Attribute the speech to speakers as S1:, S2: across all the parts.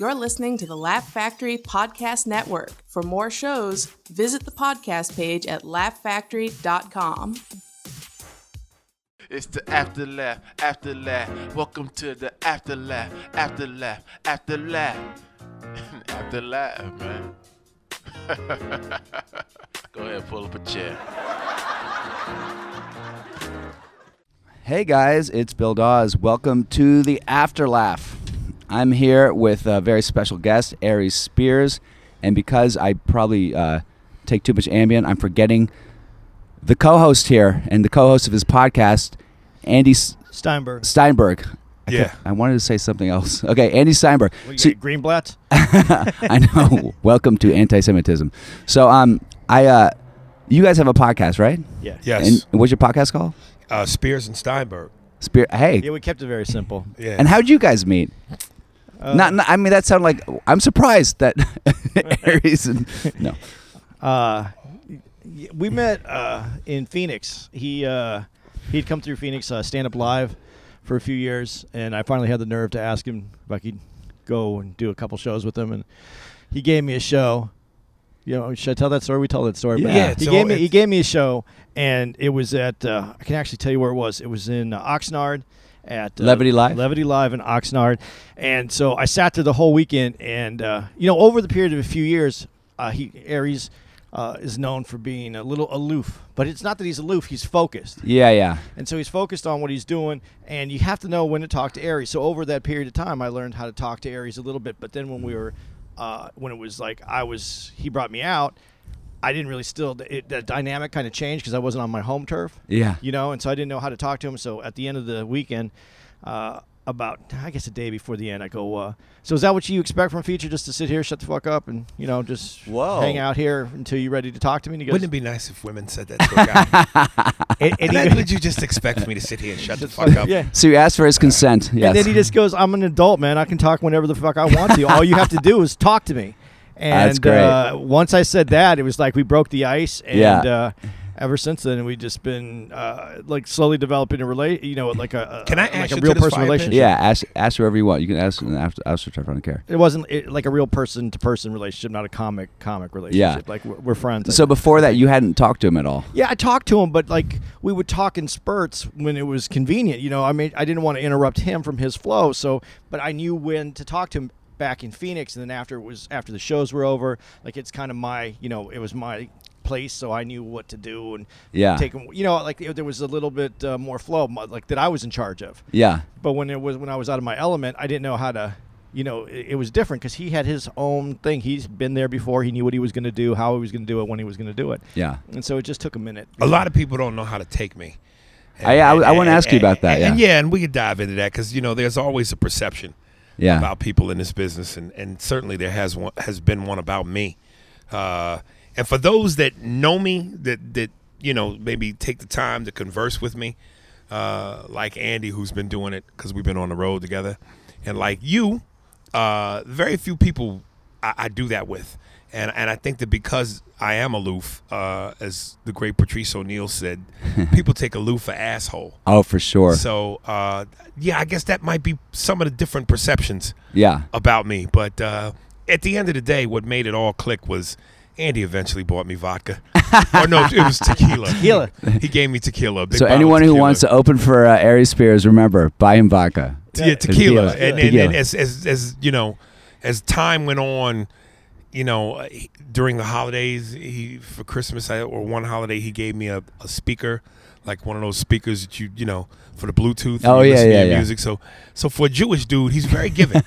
S1: you're listening to the Laugh Factory Podcast Network. For more shows, visit the podcast page at laughfactory.com.
S2: It's the after laugh, after laugh. Welcome to the after laugh, after laugh, after laugh, after laugh, man. Go ahead, pull up a chair.
S3: Hey guys, it's Bill Dawes. Welcome to the Afterlaugh. I'm here with a very special guest, Aries Spears, and because I probably uh, take too much Ambien, I'm forgetting the co-host here and the co-host of his podcast, Andy S-
S4: Steinberg.
S3: Steinberg. I
S5: Yeah.
S3: kept- I wanted to say something else. Okay, Andy Steinberg.
S4: What, you
S3: So-
S4: got Greenblatt?
S3: I know. Welcome to anti-Semitism. So, um, I, uh, you guys have a podcast, right?
S4: Yeah.
S5: Yes.
S3: And what's your podcast called?
S5: uh, Spears and Steinberg.
S3: Spear. Hey.
S4: Yeah, we kept it very simple.
S5: Yeah.
S3: And how'd you guys meet?
S4: Uh,
S3: not, not- I mean, that sounded like I'm surprised that Aries and no.
S4: Uh, y- we met uh, in Phoenix. He uh, he'd come through Phoenix uh, stand up live for a few years, and I finally had the nerve to ask him if I could go and do a couple shows with him, and he gave me a show. You know, should I tell that story? We tell that story. but
S3: Yeah,
S4: he
S5: so
S4: gave me he
S5: it's-
S4: gave me a show, and it was at uh, I can actually tell you where it was. It was in uh, Oxnard at uh,
S3: Levity Live?
S4: Levity Live in Oxnard, and so I sat there the whole weekend. And uh, you know, over the period of a few years, uh, he Aries uh, is known for being a little aloof, but it's not that he's aloof; he's focused.
S3: Yeah, yeah.
S4: And so he's focused on what he's doing, and you have to know when to talk to Aries. So over that period of time, I learned how to talk to Aries a little bit. But then when we were, uh, when it was like I was, he brought me out. I didn't really still it, that dynamic kind of changed because I wasn't on my home turf.
S3: Yeah.
S4: you know, and so I didn't know how to talk to him. So at the end of the weekend, uh, about I guess a day before the end, I go. Uh, so is that what you expect from Feature? Just to sit here, shut the fuck up, and you know, just
S3: Whoa.
S4: hang out here until you're ready to talk to me. And he goes,
S5: Wouldn't it be nice if women said that to a guy?
S4: and- and he
S5: Like,
S4: goes-
S5: would you just expect me to sit here and shut the fuck up?
S4: yeah.
S3: So you asked for his consent. Yes.
S4: And then he just goes, "I'm an adult, man. I can talk whenever the fuck I want to. All you have to do is talk to me." And
S3: That's great.
S4: Uh, once I said that, it was like we broke the ice, and
S3: Yeah.
S4: uh, ever since then, we've just been uh, like slowly developing a relate, you know, like a, a
S5: Can I
S4: like
S5: ask
S4: a
S5: you
S4: real
S5: to this
S4: person
S5: fire pit?
S4: relationship.
S3: yeah, ask ask wherever you want. You can ask an after after turf. I don't care.
S4: It wasn't it, like a real person to person relationship, not a comic comic relationship. Like we're, we're friends.
S3: So before that, you hadn't talked to him at all.
S4: Yeah, I talked to him, but like we would talk in spurts when it was convenient. You know, I mean, I didn't want to interrupt him from his flow. So, but I knew when to talk to him back in Phoenix, and then after it was after the shows were over, like it's kind of my, you know, it was my place, so I knew what to do and
S3: Yeah.
S4: take him. You know, like it, there was a little bit uh, more flow, mo- like that I was in charge of.
S3: Yeah.
S4: But when it was when I was out of my element, I didn't know how to. You know, it, it was different because he had his own thing. He's been there before. He knew what he was going to do, how he was going to do it, when he was going to do it.
S3: Yeah.
S4: And so it just took a minute.
S5: A lot of people don't know how to take me.
S3: I- I- I wanna ask you about that,
S5: and-
S3: yeah.
S5: and yeah, and we could dive into that because you know there's always a perception
S3: Yeah.
S5: about people in this business, and, and certainly there has one, has been one about me. Uh, and for those that know me, that that you know maybe take the time to converse with me, uh, like Andy, who's been doing it because we've been on the road together, and like you, uh, very few people I, I do that with, and and I think that because I am aloof, uh, as the great Patrice O'Neill said, people take aloof for asshole.
S3: oh, for sure.
S5: So uh, yeah, I guess that might be some of the different perceptions
S3: yeah.
S5: about me. But uh, at the end of the day, what made it all click was Andy eventually bought me vodka. or no, it was tequila.
S4: Tequila.
S5: He gave me tequila. a big
S3: So
S5: bottle of
S3: anyone who
S5: tequila.
S3: wants to open for uh, Aries Spears, remember, buy him vodka.
S5: yeah,
S3: Tequila.
S5: tequila. And, and, and
S3: Tequila.
S5: as, as as you know, as time went on, you know, uh, he- during the holidays, he for Christmas I, or one holiday, he gave me a, a speaker, like one of those speakers that you you know for the Bluetooth. and
S3: Oh,
S5: you
S3: yeah,
S5: listen to
S3: yeah,
S5: your
S3: yeah.
S5: Music. So so for a Jewish dude, he's very giving.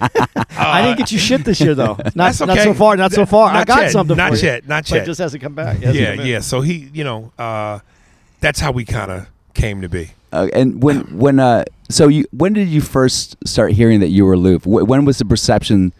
S4: I didn't get you shit this year though. Not,
S5: uh, That's
S4: not
S5: okay.
S4: so far. Not so far. I
S5: Not
S4: got
S5: yet,
S4: something.
S5: not
S4: for you.
S5: yet, not
S4: But
S5: yet.
S4: it just hasn't come back. It hasn't
S5: yeah,
S4: come back.
S5: yeah. So he, you know, uh, that's how we kind of came to be.
S3: Uh, and when when uh so you when did you first start hearing that you were aloof? Wh- when was the perception?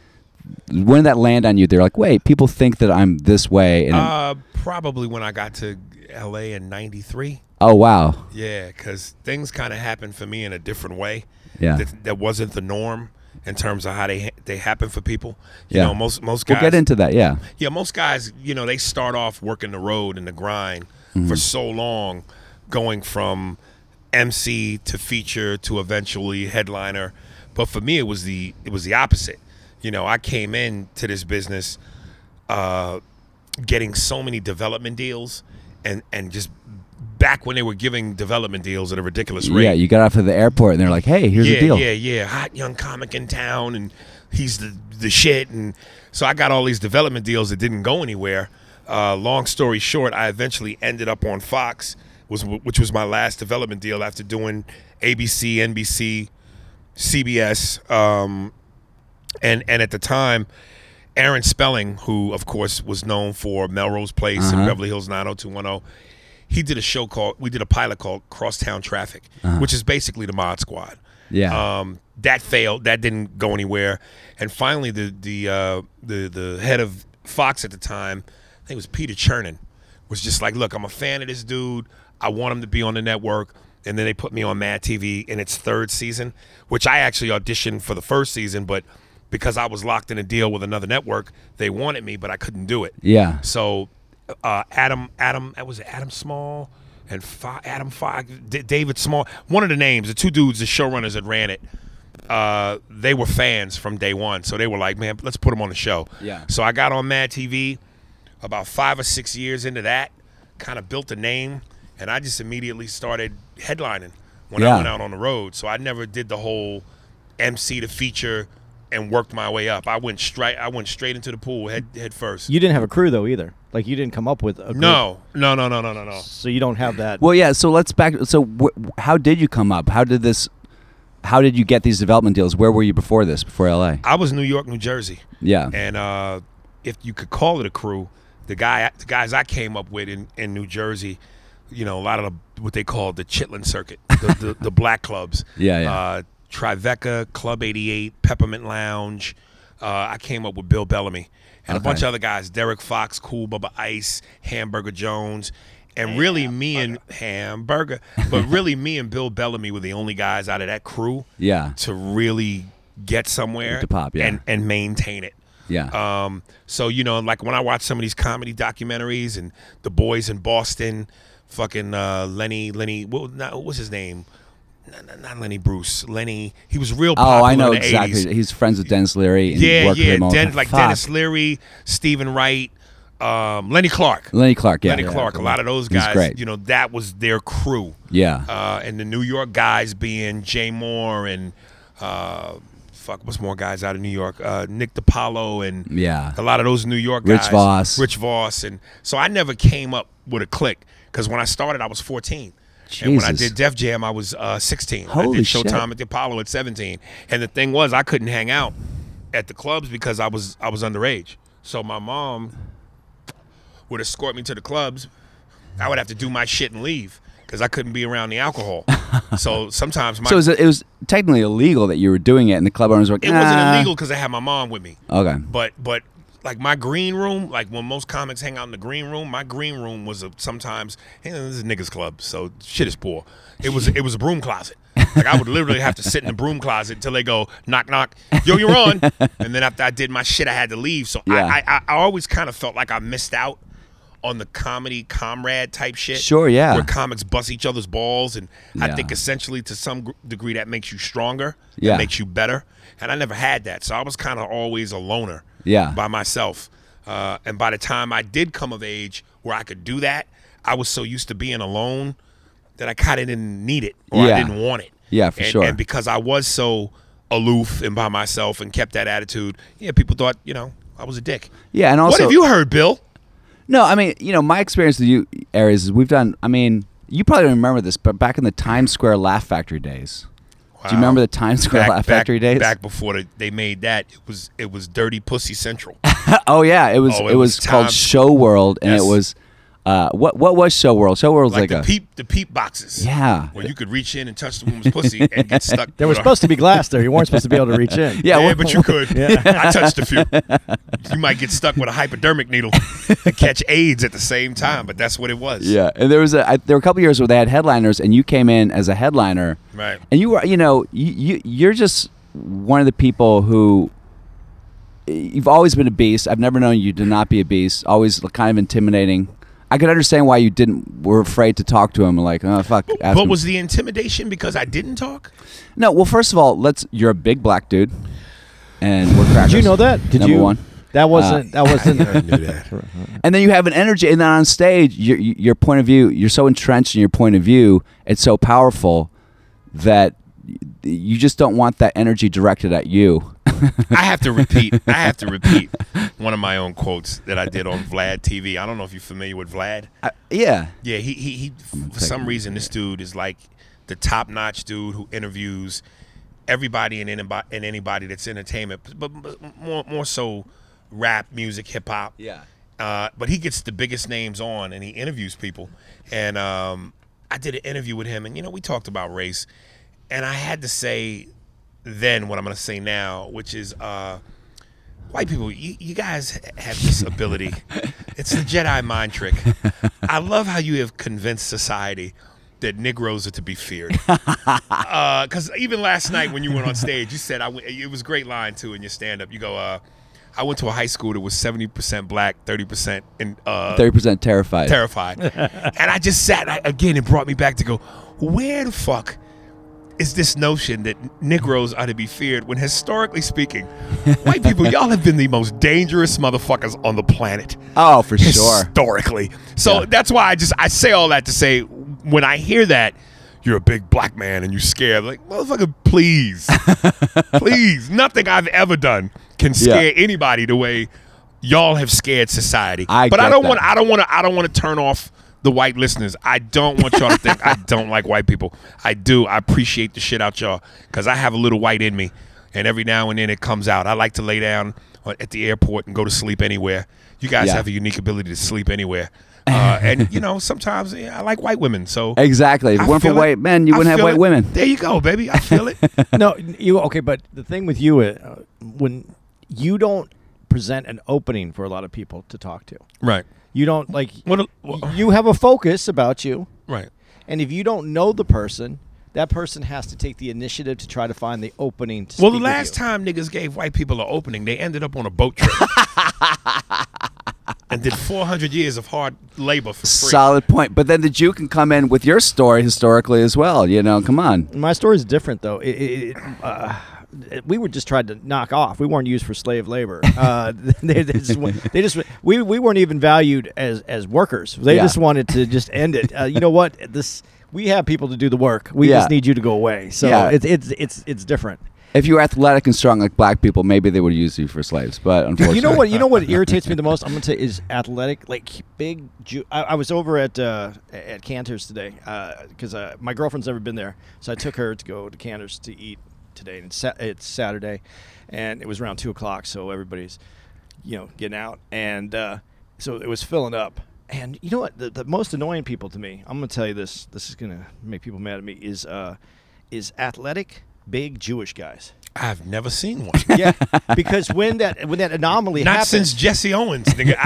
S3: When did that land on you? They're like, wait, people think that I'm this way, and
S5: Uh, probably when I got to L.A. in '93.
S3: oh wow,
S5: Yeah, because things kind of happened for me in a different way.
S3: Yeah.
S5: that, that wasn't the norm in terms of how they ha- they happen for people. You
S3: Yeah.
S5: know, most most guys.
S3: we'll get into that. Yeah,
S5: yeah, most guys, you know, they start off working the road and the grind for so long, going from MC to feature to eventually headliner. But for me, it was the it was the opposite. You know, I came into this business uh, getting so many development deals, and and just back when they were giving development deals at a ridiculous rate.
S3: Yeah, you got off at the airport and they're like, "Hey, here's
S5: yeah,
S3: the deal."
S5: yeah, yeah. Hot young comic in town, and he's the the shit. And so I got all these development deals that didn't go anywhere. Uh, long story short, I eventually ended up on Fox, was which was my last development deal after doing ABC, NBC, CBS, um, and and at the time. Aaron Spelling, who of course was known for Melrose Place and
S3: Uh-huh.
S5: Beverly Hills 90210, he did a show called we did a pilot called Crosstown Traffic, which is basically the Mod Squad.
S3: Uh-huh. Yeah.
S5: Um, that failed. That didn't go anywhere. And finally, the the uh, the the head of Fox at the time, I think it was Peter Chernin, was just like, "Look, I'm a fan of this dude. I want him to be on the network." And then they put me on Mad TV in its third season, which I actually auditioned for the first season, but because I was locked in a deal with another network, they wanted me, but I couldn't do it.
S3: Yeah.
S5: So uh, Adam Adam that was it Adam Small and Fo- Adam Fox D- David Small one of the names the two dudes the showrunners that ran it uh, they were fans from day one so they were like man let's put them on the show
S3: Yeah.
S5: so I got on Mad TV about five or six years into that kind of built a name and I just immediately started headlining when
S3: Yeah.
S5: I went out on the road so I never did the whole MC to feature and worked my way up I went straight I went straight into the pool head head first
S4: You didn't have a crew though either. Like you didn't come up with a group,
S5: no no no no no no no
S4: so you don't have that.
S3: Well, yeah. So let's back. So wh- how did you come up? How did this? How did you get these development deals? Where were you before this? Before LA?
S5: I was New York, New Jersey,
S3: Yeah.
S5: and uh, if you could call it a crew, the guy, the guys I came up with in, in New Jersey, you know, a lot of the, what they call the Chitlin Circuit, the, the, the black clubs,
S3: Yeah, yeah.
S5: Uh, Tribeca, Club Eighty Eight, Peppermint Lounge. Uh, I came up with Bill Bellamy and a bunch
S3: Okay.
S5: of other guys, Derek Fox, Cool Bubba Ice, Hamburger Jones. And really, me and Hamburger, but really, me and Bill Bellamy were the only guys out of that crew
S3: Yeah.
S5: to really get somewhere
S3: To pop, yeah.
S5: and, and maintain it.
S3: Yeah.
S5: Um, so you know, like when I watch some of these comedy documentaries and the boys in Boston, fucking uh, Lenny, Lenny, what, not, what was his name? Not, not- not Lenny Bruce, Lenny. He was real.
S3: oh,
S5: Popular
S3: I know
S5: in the
S3: exactly.
S5: 80s
S3: He's friends with Dennis Leary. And
S5: yeah,
S3: worked with
S5: yeah.
S3: him all the
S5: Den-
S3: time.
S5: like
S3: Fuck.
S5: Dennis Leary, Stephen Wright, um, Lenny Clark.
S3: Lenny Clark. Yeah.
S5: Lenny
S3: yeah,
S5: Clark, a lot of those guys,
S3: He's great.
S5: you know, that was their crew.
S3: Yeah.
S5: Uh, and the New York guys being Jay Moore and uh, fuck, what's more guys out of New York? Uh, Nick DiPaolo and
S3: Yeah.
S5: a lot of those New York
S3: Rich
S5: guys.
S3: Voss.
S5: Rich Voss. And so I never came up with a click because when I started, I was 14. And when I
S3: Jesus.
S5: did Def Jam, I was uh, 16. I
S3: Holy
S5: did
S3: shit.
S5: Showtime at the Apollo at 17. And the thing was, I couldn't hang out at the clubs because I was I was underage. So my mom would escort me to the clubs. I would have to do my shit and leave because I couldn't be around the alcohol. so sometimes my
S3: so it was, it was technically illegal that you were doing it, and the club owners were like,
S5: it wasn't
S3: "Nah."
S5: illegal because I had my mom with me.
S3: Okay.
S5: But but like my green room, like when most comics hang out in the green room, my green room was a, sometimes hey, this is a niggas club, so shit is poor. It was it was a broom closet. Like I would literally have to sit in the broom closet until they go knock knock, yo you're on, and then after I did my shit, I had to leave. So
S3: Yeah.
S5: I, I I always kind of felt like I missed out on the comedy comrade type shit.
S3: Sure, yeah.
S5: Where comics bust each other's balls, and
S3: Yeah.
S5: I think essentially to some gr- degree that makes you stronger. that
S3: Yeah.
S5: makes you better. And I never had that. So I was kind of always a loner
S3: Yeah.
S5: by myself. Uh, and by the time I did come of age where I could do that, I was so used to being alone that I kind of didn't need it or
S3: Yeah.
S5: I didn't want it.
S3: Yeah, for
S5: and,
S3: sure.
S5: And because I was so aloof and by myself and kept that attitude, yeah, people thought, you know, I was a dick.
S3: Yeah, and
S5: what
S3: also-
S5: have you heard, Bill?
S3: No, I mean, you know, my experience with you, Aries, is we've done. I mean, you probably don't remember this, but back in the Times Square Laugh Factory days, do you
S5: Wow.
S3: remember the Times Square
S5: Back-
S3: Laugh
S5: back-
S3: Factory days?
S5: Back before the, they made that, it was it was Dirty Pussy Central.
S3: oh yeah, it was.
S5: Oh,
S3: it,
S5: it
S3: was,
S5: was
S3: called
S5: Times-
S3: Show World, and it
S5: Yes.
S3: was. Uh, what what was Show World? Show World was
S5: like,
S3: like,
S5: the
S3: a
S5: peep the peep boxes.
S3: Yeah.
S5: Where you could reach in and touch the woman's pussy and get stuck.
S4: There was supposed to be glass there. You weren't supposed to be able to reach in.
S3: yeah,
S5: Yeah,
S3: what-
S5: but you could. I touched a few. You might get stuck with a hypodermic needle and catch AIDS at the same time, but that's what it was.
S3: Yeah, and there was a I, there were a couple years where they had headliners, and you came in as a headliner,
S5: Right.
S3: And you were, you know, you, you you're just one of the people who you've always been a beast. I've never known you to not be a beast. Always kind of intimidating. I could understand why you didn't were afraid to talk to him. Like, oh fuck. ask
S5: But
S3: him."
S5: was the intimidation because I didn't talk?
S3: no? Well, first of all, let's. You're a big black dude. and we're crackers.
S4: Did you know that? Did
S3: number
S4: you?
S3: one. Uh,
S4: That wasn't. that wasn't.
S5: I knew that.
S3: And then you have an energy, and then on stage, your your point of view, you're so entrenched in your point of view, it's so powerful that you just don't want that energy directed at you.
S5: I have to repeat. I have to repeat one of my own quotes that I did on Vlad TV. I don't know if you're familiar with Vlad.
S3: I, yeah,
S5: Yeah, he he, he for some reason this dude is like the top notch dude who interviews everybody and anybody and anybody that's entertainment, but, but more more so rap, music, hip hop.
S3: Yeah.
S5: Uh, but he gets the biggest names on and he interviews people. And um, I did an interview with him, and you know we talked about race, and I had to say then what I'm going to say now, which is. Uh, White people, you, you guys have this ability. it's the Jedi mind trick. I love how you have convinced society that Negroes are to be feared. Because even last night when you went on stage, you said, I w- it was a great line too in your stand up. You go, uh, I went to a high school that was 70% black, 30% in, uh,
S3: thirty percent terrified.
S5: terrified. and I just sat, and I, again, it brought me back to go, where the fuck is this notion that Negroes are to be feared when historically speaking, white people, y'all have been the most dangerous motherfuckers on the planet.
S3: oh, for sure.
S5: Historically. So that's why I just, I say all that to say, when I hear that, you're a big black man and you scared. Like, motherfucker, please. please. Nothing I've ever done can scare anybody the way y'all have scared society.
S3: I
S5: but I
S3: get
S5: don't
S3: that.
S5: want I don't want to I don't want to turn off the white listeners. I don't want y'all to think I don't like white people. I do. I appreciate the shit out y'all because I have a little white in me, and every now and then it comes out. I like to lay down on- at the airport and go to sleep anywhere. You guys
S3: Yeah.
S5: have a unique ability to sleep anywhere, uh, and you know sometimes yeah, I like white women. So
S3: Exactly. If
S5: I
S3: it weren't for
S5: feel it.
S3: white men, you
S5: I
S3: wouldn't have
S5: feel
S3: white
S5: it.
S3: women.
S5: There you go, baby. I feel it.
S4: no, you okay? But the thing with you, uh, when you don't present an opening for a lot of people to talk to,
S5: right.
S4: you don't like.
S5: What a- wha-
S4: you have a focus about you,
S5: Right.
S4: and if you don't know the person, that person has to take the initiative to try to find the opening. To
S5: Well, the
S4: speak with
S5: last
S4: you.
S5: time niggas gave white people an opening, they ended up on a boat trip and did 400 years of hard labor for free.
S3: Solid point. But then the Jew can come in with your story historically as well. You know, come on.
S4: my story is different though. It, it, it, uh, we were just trying to knock off. We weren't used for slave labor. Uh, they, they just, wa- they just we, we weren't even valued as as workers. They
S3: Yeah.
S4: just wanted to just end it. Uh, you know what? This we have people to do the work. We
S3: Yeah.
S4: just need you to go away. So
S3: Yeah.
S4: it's it's it's it's different.
S3: If you were athletic and strong like black people, maybe they would use you for slaves. But unfortunately,
S4: You know what? You know what irritates me the most. I'm gonna say is athletic, like big. Ju- I, I was over at uh, at Cantor's today because uh, my girlfriend's never been there, so I took her to go to Cantor's to eat today, and it's, Sa- it's Saturday, and it was around two o'clock, so everybody's you know getting out, and uh, so it was filling up. And you know what? The, the most annoying people to me, I'm gonna tell you this. This is gonna make people mad at me. Is uh, is athletic big Jewish guys.
S5: I've never seen one.
S4: Yeah, because when that when that anomaly
S5: Not
S4: happens,
S5: since Jesse Owens, nigga.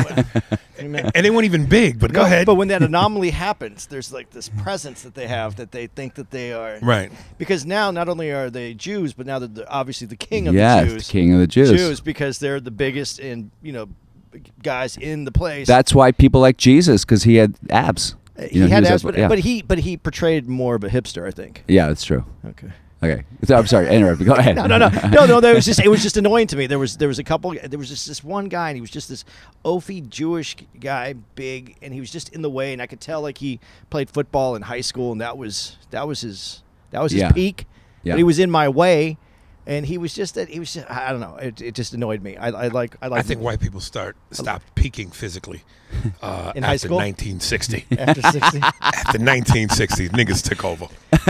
S5: I- and they weren't even big, but go
S4: No,
S5: ahead.
S4: But when that anomaly happens, there's like this presence that they have that they think that they are
S5: Right.
S4: Because now not only are they Jews, but now they're the, obviously the king of
S3: Yes,
S4: the
S3: the
S4: Jews.
S3: king of the Jews.
S4: because they're the biggest and you know guys in the place. Uh,
S3: That's why people like Jesus because he had abs. You
S4: he
S3: know,
S4: had
S3: was
S4: abs,
S3: ath-
S4: but,
S3: yeah.
S4: but he but he portrayed more of a hipster, I think.
S3: yeah, that's true.
S4: Okay.
S3: Okay, so, I'm sorry, I interrupted. Go ahead.
S4: No, no, no, no, no. That was just it was just annoying to me. There was there was a couple. There was just this one guy, and he was just this oafy Jewish guy, big, and he was just in the way, and I could tell like he played football in high school, and that was that was his that was his
S3: Yeah.
S4: peak.
S3: Yeah.
S4: But he was in my way, and he was just that he was. Just, I I don't know. It, it just annoyed me. I, I like I
S5: I
S4: like
S5: think white people start stopped peaking physically uh,
S4: In
S5: after
S4: high school?
S5: 1960.
S4: after sixty.
S5: after 1960, niggas took over.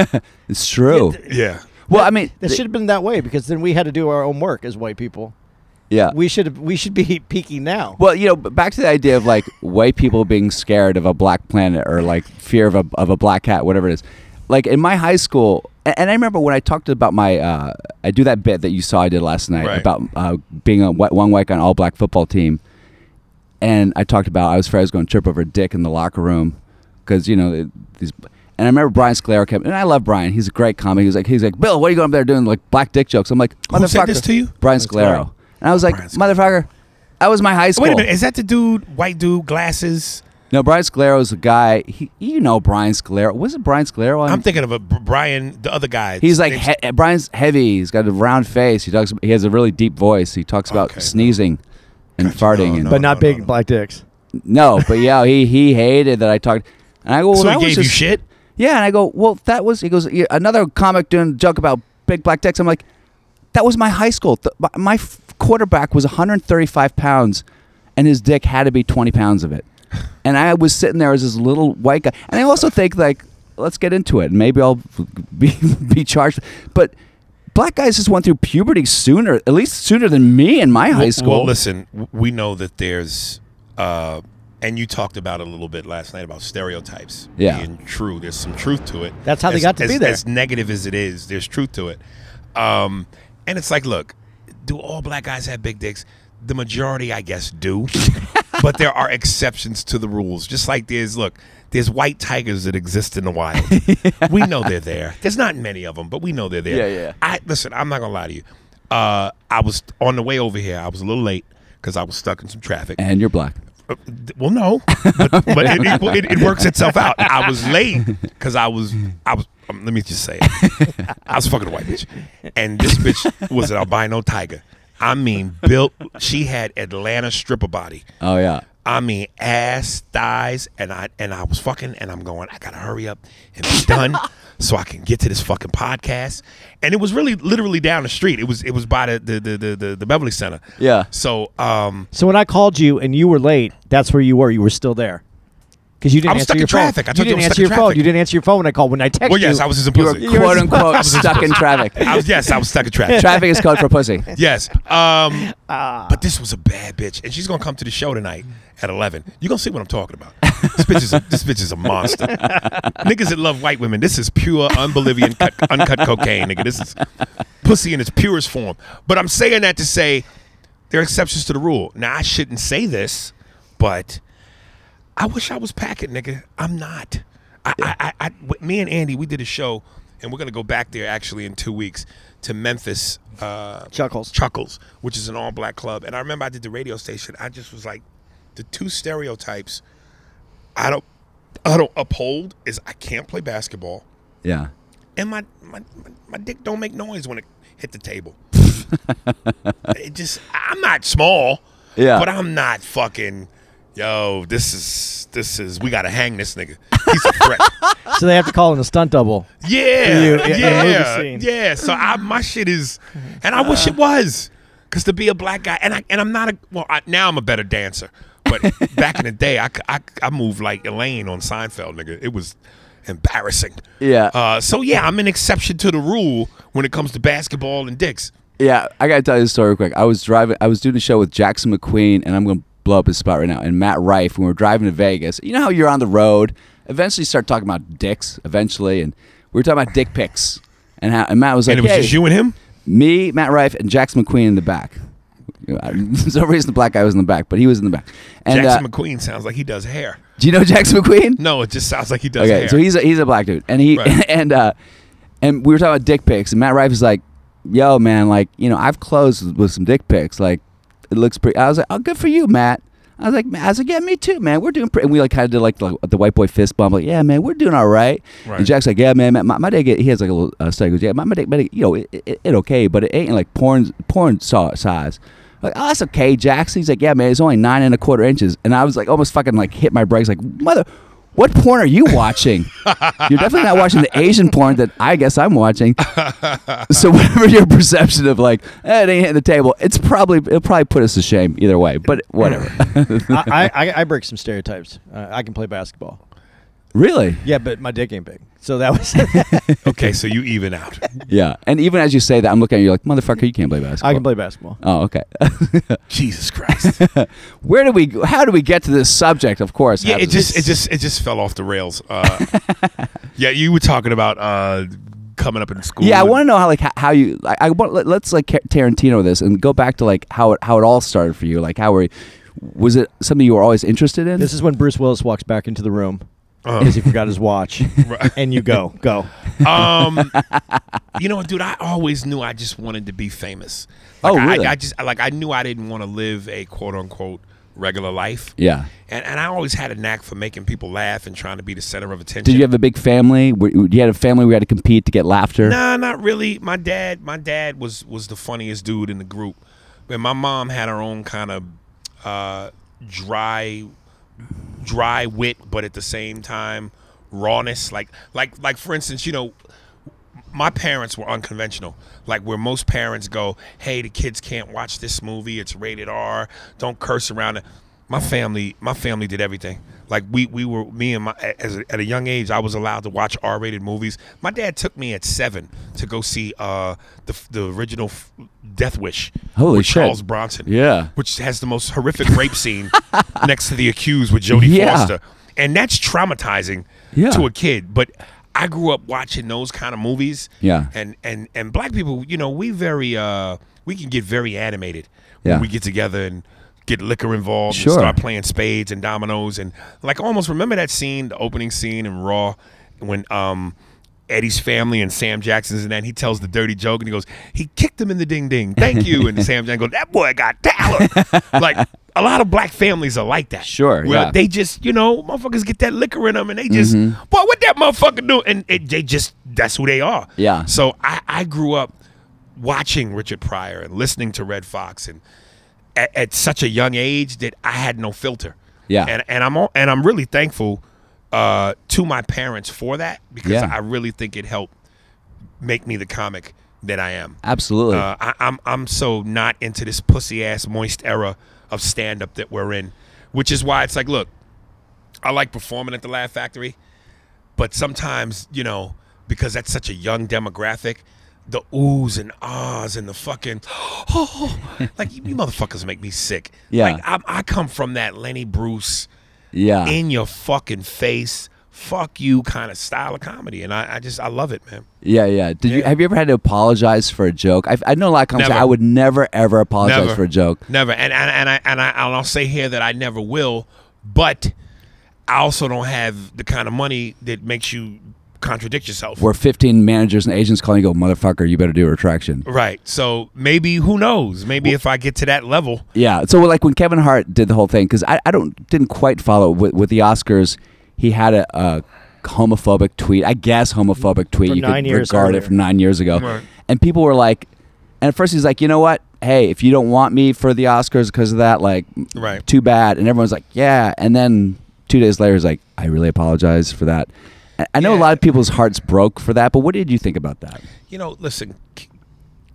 S3: It's true.
S5: Yeah.
S3: well, I mean,
S4: That should have been that way because then we had to do our own work as white people.
S3: yeah.
S4: We should have- we should be peaking now.
S3: Uh, well, you know, b- back to the idea of like white people being scared of a black planet or like fear of a, of a black cat, whatever it is. Like in my high school, a- and I remember when I talked about my, uh, I do that bit that you saw I did last night
S5: Right.
S3: about uh, being a whi- one white on all black football team. and I talked about I was afraid I was going to trip over a dick in the locker room because you know it- these. And I remember Brian Sclera kept, and I love Brian. He's a great comic. He was like, he's like, Bill, what are you going up there doing like black dick jokes? I'm like, motherfucker,
S5: Who said this to you? Oh,
S3: Brian Sclero. And I was like,
S5: Brian Sclero.
S3: motherfucker, that was my high school.
S5: Wait a minute. Is that the dude, white dude, glasses?
S3: No, Brian Sclero is a guy. He, you know Brian Sclero. Was it Brian Sclero? on-
S5: I'm thinking of a Br- Brian, the other guy.
S3: He's like
S5: Name's-
S3: he- Brian's heavy. He's got a round face. He talks. He has a really deep voice. He talks about
S5: Okay.
S3: sneezing and farting.
S5: No,
S3: and,
S5: no.
S4: but not big black dicks.
S3: No, but yeah, he he hated that I talked. And I go, well,
S5: so
S3: that
S5: he
S3: was
S5: gave you
S3: just-
S5: shit.
S3: Yeah, and I go, well, that was. He goes, yeah, another comic doing a joke about big black dicks. I'm like, that was my high school. Th- my- my f- quarterback was 135 pounds, and his dick had to be 20 pounds of it. And I was sitting there as this little white guy. And I also think like, let's get into it. Maybe I'll be be charged, but. Black guys just went through puberty sooner, at least sooner than me in my high
S5: Well-
S3: school.
S5: Well, listen, w- we know that there's, uh, and you talked about it a little bit last night about stereotypes.
S3: Yeah.
S5: being true. There's some truth to it.
S4: That's how they
S5: As-
S4: got to
S5: as,
S4: be there.
S5: As negative as it is, there's truth to it. Um, and it's like, look, do all black guys have big dicks? The majority, I guess, do. but there are exceptions to the rules. Just like there's, look, there's white tigers that exist in the wild. We know they're there. There's not many of them, but we know they're there.
S3: Yeah, yeah.
S5: I listen. I'm not gonna lie to you. Uh, I was on the way over here. I was a little late because I was stuck in some traffic.
S3: and you're black.
S5: Uh, th- well, no, but, but it, it, it, it works itself out. I was late because I was I was. Um, let me just say, it. I was fucking a white bitch, and this bitch was an albino tiger. I mean, built. She had Atlanta stripper body.
S3: Oh yeah.
S5: I mean, ass, thighs, and I and I was fucking, and I'm going. I gotta hurry up and be done so I can get to this fucking podcast. And it was really, literally down the street. It was, it was by the the the the, the, the Beverly Center.
S3: Yeah.
S5: So, um,
S4: So when I called you and you were late, that's where you were. You were still there. Because you didn't
S5: I was
S4: answer
S5: stuck in
S4: your phone.
S5: traffic. I told you I
S4: didn't
S5: was
S4: answer
S5: stuck in
S4: your phone.
S5: traffic.
S4: You didn't answer your phone when I called. When I texted
S5: well, yes,
S4: you,
S5: I was just in
S3: You were
S5: pussy.
S3: quote unquote stuck in traffic.
S5: I was, yes, I was stuck in traffic.
S3: Traffic is code for pussy.
S5: Yes. Um, but this was a bad bitch, and she's gonna come to the show tonight at eleven. You gonna see what I'm talking about? This bitch is a, this bitch is a monster. Niggas that love white women, this is pure unbelievable cut, uncut cocaine, nigga. This is pussy in its purest form. But I'm saying that to say there are exceptions to the rule. Now I shouldn't say this, but I wish I was packing, nigga. I'm not. I, I, I, I, w- me and Andy, we did a show, and we're gonna go back there actually in two weeks to Memphis. Uh,
S4: Chuckles.
S5: Chuckles, which is an all-black club. And I remember I did the radio station. I just was like, the two stereotypes I don't, I don't uphold is I can't play basketball,
S3: Yeah.
S5: and my my, my, my dick don't make noise when it hit the table. it just, I'm not small,
S3: Yeah.
S5: but I'm not fucking. Yo, this is this is we gotta hang this nigga. He's a threat.
S4: so they have to call in a stunt double.
S5: Yeah,
S4: you in- in the
S5: yeah,
S4: movie scene.
S5: yeah. So I, my shit is, and I
S3: Uh-huh.
S5: wish it was, because to be a black guy, and I and I'm not a well I, now I'm a better dancer, but back in the day I, c- I c- I moved like Elaine on Seinfeld, nigga. It was embarrassing.
S3: Yeah.
S5: Uh, so yeah, I'm an exception to the rule when it comes to basketball and dicks.
S3: Yeah, I gotta tell you this story real quick. I was driving. I was doing a show with Jackson McQueen, and I'm gonna blow up his spot right now. And Matt Rife, when we were driving to Vegas, you know how you're on the road. Eventually, you start talking about dicks. Eventually, and we were talking about dick pics, and how and Matt was like,
S5: And it was
S3: "Hey,
S5: just you and him.
S3: me, Matt Rife, and Jackson McQueen in the back." You know, I- There's no reason the black guy was in the back, but he was in the back. And
S5: Jackson
S3: uh,
S5: McQueen sounds like he does hair.
S3: do you know Jackson McQueen?
S5: No, it just sounds like he does
S3: Okay,
S5: hair.
S3: so he's a, he's a black dude, and he
S5: Right.
S3: and uh, and we were talking about dick pics, and Matt Rife is like, "Yo, man, like you know, I've closed with some dick pics. Like, it looks pretty." I was like, "Oh, good for you, Matt." I was like, "I was like, yeah, me too, man. We're doing pretty." And we like kind of did like the, the white boy fist bump, like, "Yeah, man, we're doing all right."
S5: Right.
S3: And Jack's like, "Yeah, man, man, my, my dick, it- he has like a little uh, study. He goes, yeah, my, my dick, my dick, you know, it, it, it okay, but it ain't like porn porn saw, size." Like, oh, that's okay, Jackson. He's like, yeah, man, it's only nine and a quarter inches. And I was like, almost fucking like hit my brakes, like, mother, what porn are you watching? You're definitely not watching the Asian porn that I guess I'm watching. so whatever your perception of like, eh, it ain't hitting the table, it's probably it'll probably put us to shame either way. But whatever.
S4: I, I- I I break some stereotypes. Uh, I can play basketball.
S3: really?
S4: Yeah, but my dick ain't big. So that was.
S5: okay, so you even out.
S3: Yeah. And even as you say that, I'm looking at you like, motherfucker, you can't play basketball.
S4: I can play basketball.
S3: Oh, okay.
S5: Jesus Christ.
S3: Where do we? How do we get to this subject? Of course.
S5: Yeah,
S3: happens-
S5: it just it just it just fell off the rails. Uh, yeah, you were talking about uh, coming up in school.
S3: Yeah, I want to know how like how, how you. I, I want let, let's like Ca- Tarantino this and go back to like how it how it all started for you. Like how were, was it something you were always interested in?
S4: This is when Bruce Willis walks back into the room
S5: Uh-huh.
S4: because he forgot his watch, and you go go.
S5: Um, you know, what, dude, I always knew I just wanted to be famous. Like,
S3: Oh,
S5: I-
S3: really?
S5: I, I just like I knew I didn't want to live a quote unquote regular life.
S3: Yeah.
S5: And, and I always had a knack for making people laugh and trying to be the center of attention.
S3: Did you have a big family? W- You had a family where you had to compete to get laughter?
S5: Nah, not really. My dad, my dad was was the funniest dude in the group, but my mom had her own kind of uh, dry, dry wit, but at the same time rawness. Like like like for instance, you know, my parents were unconventional. Like where most parents go, hey, the kids can't watch this movie. It's rated R. Don't curse around it. My family, my family did everything. Like we, we were me and my as a, at a young age, I was allowed to watch R-rated movies. My dad took me at seven to go see uh, the the original f- Death Wish
S3: Holy
S5: with
S3: shit.
S5: Charles Bronson.
S3: Yeah.
S5: which has the most horrific rape scene next to the accused with Jodie
S3: Yeah.
S5: Foster, and that's traumatizing
S3: Yeah.
S5: to a kid. But I grew up watching those kind of movies.
S3: Yeah.
S5: And and and black people, you know, we very uh we can get very animated
S3: Yeah.
S5: when we get together and get liquor involved
S3: Sure.
S5: and start playing spades and dominoes and like I almost remember that scene, the opening scene in Raw when um Eddie's family and Sam Jackson's and that he tells the dirty joke and he goes, He kicked him in the ding ding. Thank you. And Sam Jackson goes, That boy got talent. like a lot of black families are like that.
S3: Sure,
S5: Where
S3: yeah.
S5: They just, you know, motherfuckers get that liquor in them and they just,
S3: Mm-hmm.
S5: boy, what that motherfucker do? And it, they just, that's who they are.
S3: Yeah.
S5: So I, I grew up watching Richard Pryor and listening to Red Fox and at, at such a young age that I had no filter.
S3: Yeah.
S5: And and I'm all, and I'm really thankful uh, to my parents for that because
S3: Yeah.
S5: I really think it helped make me the comic that I am.
S3: Absolutely.
S5: Uh, I, I'm I'm so not into this pussy ass moist era of stand up that we're in, which is why it's like, look, I like performing at the Laugh Factory, but sometimes you know because that's such a young demographic, the oohs and ahs and the fucking oh, like you motherfuckers make me sick.
S3: Yeah.
S5: like I'm, I come from that Lenny Bruce
S3: yeah.
S5: in your fucking face, fuck you kind of style of comedy, and I, I just I love it, man.
S3: yeah, yeah. Did you have you ever had to apologize for a joke? I, I know a lot of comics.
S5: Never.
S3: I would never ever apologize
S5: Never.
S3: for a joke.
S5: Never. And and and I, and I and I'll say here that I never will, but I also don't have the kind of money that makes you contradict yourself.
S3: Where 15 managers and agents calling you, go, motherfucker, you better do a retraction.
S5: right. So maybe who knows? Maybe if I get to that level,
S3: Yeah. So like when Kevin Hart did the whole thing, because I, I don't didn't quite follow with, with the Oscars, he had a, a homophobic tweet. I guess homophobic tweet.
S4: From
S3: you
S4: nine
S3: could
S4: years
S3: regard
S4: earlier.
S3: it from nine years ago,
S5: Right.
S3: and people were like, and at first he's like, you know what? Hey, if you don't want me for the Oscars because of that, like,
S5: Right.
S3: too bad. And everyone's like, yeah. And then two days later, he's like, I really apologize for that. I- I know a
S5: Yeah.
S3: lot of people's hearts broke for that, but what did you think about that?
S5: you know, listen, K-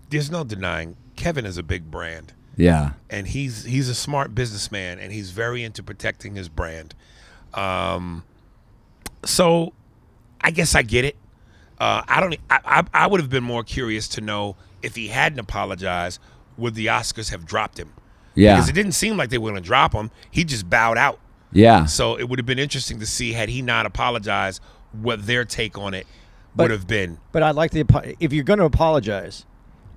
S5: there's no denying Kevin is a big brand.
S3: Yeah.
S5: and he's he's a smart businessman and he's very into protecting his brand. Um, so I guess I get it. Uh, I don't. I, I I would have been more curious to know if he hadn't apologized, would the Oscars have dropped him?
S3: Yeah.
S5: because it didn't seem like they were going to drop him. He just bowed out.
S3: Yeah.
S5: So it would have been interesting to see had he not apologized, what their take on it
S4: But-
S5: would have been.
S4: But I like the apo- if you're going to apologize,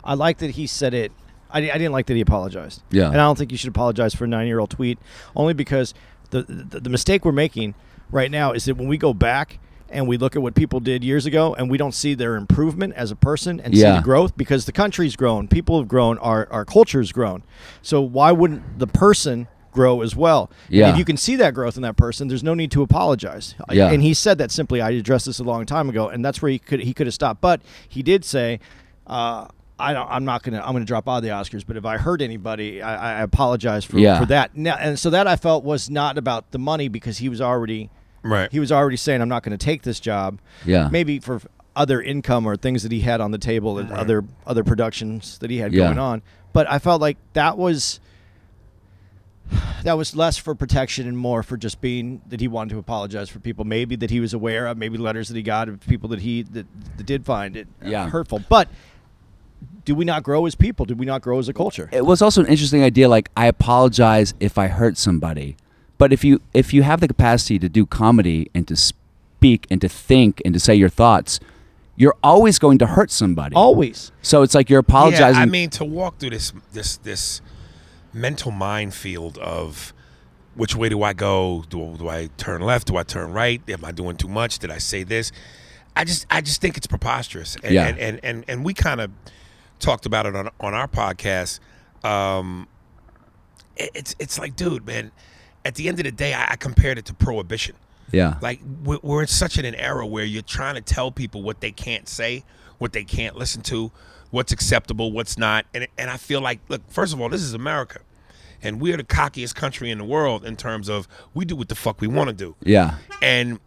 S4: I like that he said it. I, di- I didn't like that he apologized.
S3: Yeah.
S4: and I don't think you should apologize for a nine year old tweet only because the, the the mistake we're making right now is that when we go back and we look at what people did years ago and we don't see their improvement as a person and see
S3: Yeah.
S4: the growth because the country's grown, people have grown, our our culture's grown. So why wouldn't the person grow as well? And
S3: Yeah.
S4: if you can see that growth in that person, there's no need to apologize.
S3: Yeah.
S4: And he said that simply. I addressed this a long time ago, and that's where he could he could have stopped. But he did say, uh, I don't, I'm not gonna I'm gonna drop out of the Oscars. But if I hurt anybody, I, I apologize for,
S3: Yeah.
S4: for that. Now, and so that I felt was not about the money because he was already
S5: Right.
S4: He was already saying I'm not going to take this job.
S3: Yeah.
S4: Maybe for other income or things that he had on the table and other other productions that he had
S3: Yeah.
S4: going on. But I felt like that was that was less for protection and more for just being that he wanted to apologize for people maybe that he was aware of maybe letters that he got of people that he that, that did find it uh,
S3: Yeah.
S4: hurtful but do we not grow as people do we not grow as a culture
S3: it was also an interesting idea like i apologize if i hurt somebody but if you if you have the capacity to do comedy and to speak and to think and to say your thoughts you're always going to hurt somebody
S4: always
S3: so it's like you're apologizing
S5: Oh. Yeah, I mean to walk through this this this mental minefield of which way do I go? Do, do I turn left? Do I turn right? Am I doing too much? Did I say this? I just I just think it's preposterous. And
S3: Yeah.
S5: and, and, and and we kind of talked about it on on our podcast. Um, it- it's it's like, dude, man. At the end of the day, I, I compared it to prohibition.
S3: Yeah.
S5: Like we're, we're in such an era where you're trying to tell people what they can't say, what they can't listen to, what's acceptable, what's not, and and I feel like, look, first of all, this is America, and we're the cockiest country in the world in terms of we do what the fuck we want to do
S3: yeah.
S5: and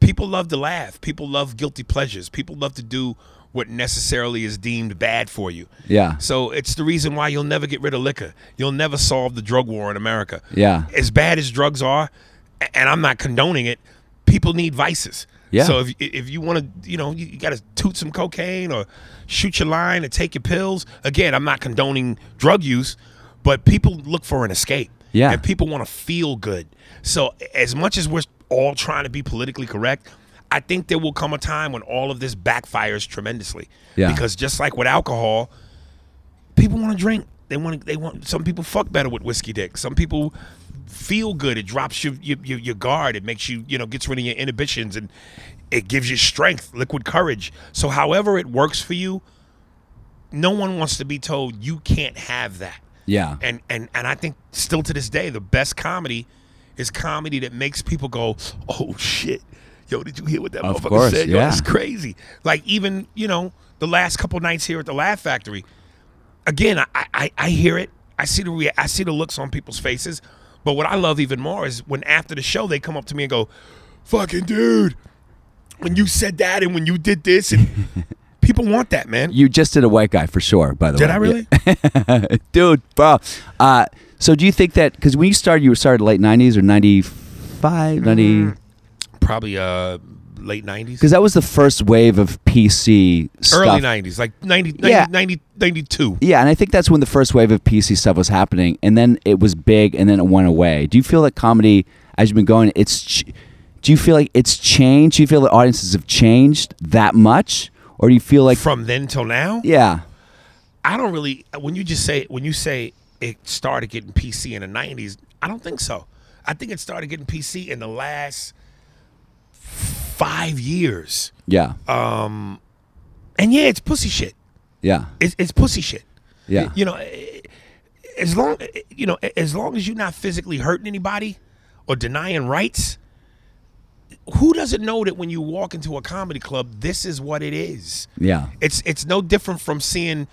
S5: people love to laugh people love guilty pleasures people love to do what necessarily is deemed bad for you
S3: Yeah.
S5: so it's the reason why you'll never get rid of liquor you'll never solve the drug war in america
S3: Yeah.
S5: as bad as drugs are a- and i'm not condoning it people need vices
S3: Yeah.
S5: so if, if you want to you know you, you got to toot some cocaine or shoot your line or take your pills again i'm not condoning drug use but people look for an escape
S3: Yeah.
S5: and people want to feel good. So as much as we're all trying to be politically correct, I think there will come a time when all of this backfires tremendously.
S3: Yeah.
S5: Because just like with alcohol, people want to drink. They want to. They want. Some people fuck better with whiskey dick. Some people feel good. It drops your your, your your guard. It makes you you know gets rid of your inhibitions and it gives you strength, liquid courage. So however it works for you, no one wants to be told you can't have that.
S3: Yeah.
S5: And and and I think still to this day the best comedy is comedy that makes people go, "Oh shit. Yo, did you hear what that
S3: Of
S5: motherfucker
S3: course,
S5: said? Yo,
S3: yeah.
S5: that's crazy." Like even, you know, the last couple nights here at the Laugh Factory, again, I, I, I hear it. I see the rea- I see the looks on people's faces. But what I love even more is when after the show they come up to me and go, "Fucking dude, when you said that and when you did this and people want that, man."
S3: You just did a white guy for sure, by the
S5: did
S3: way.
S5: I really?
S3: Yeah. Dude, bro. Uh, so do you think that, because when you started, you started late 90s or 95, 90,
S5: Mm. Probably uh late 90s.
S3: because that was the first wave of PC stuff.
S5: early 90s like 90, 90,
S3: Yeah.
S5: 90 92
S3: Yeah, and I think that's when the first wave of PC stuff was happening, and then it was big, and then it went away. Do you feel that comedy, as you've been going, it's? Ch- do you feel like it's changed? Do you feel the audiences have changed that much, or do you feel like?
S5: from then till now
S3: yeah,
S5: i don't really when you just say when you say it started getting pc in the 90s i don't think so i think it started getting pc in the last five years
S3: yeah,
S5: Uh, and yeah it's pussy shit
S3: yeah,
S5: it's, it's pussy shit
S3: yeah,
S5: you know eh, as long eh, you know eh, as long as you're not physically hurting anybody or denying rights who doesn't know that when you walk into a comedy club this is what it is
S3: yeah,
S5: It's it's no different from seeing,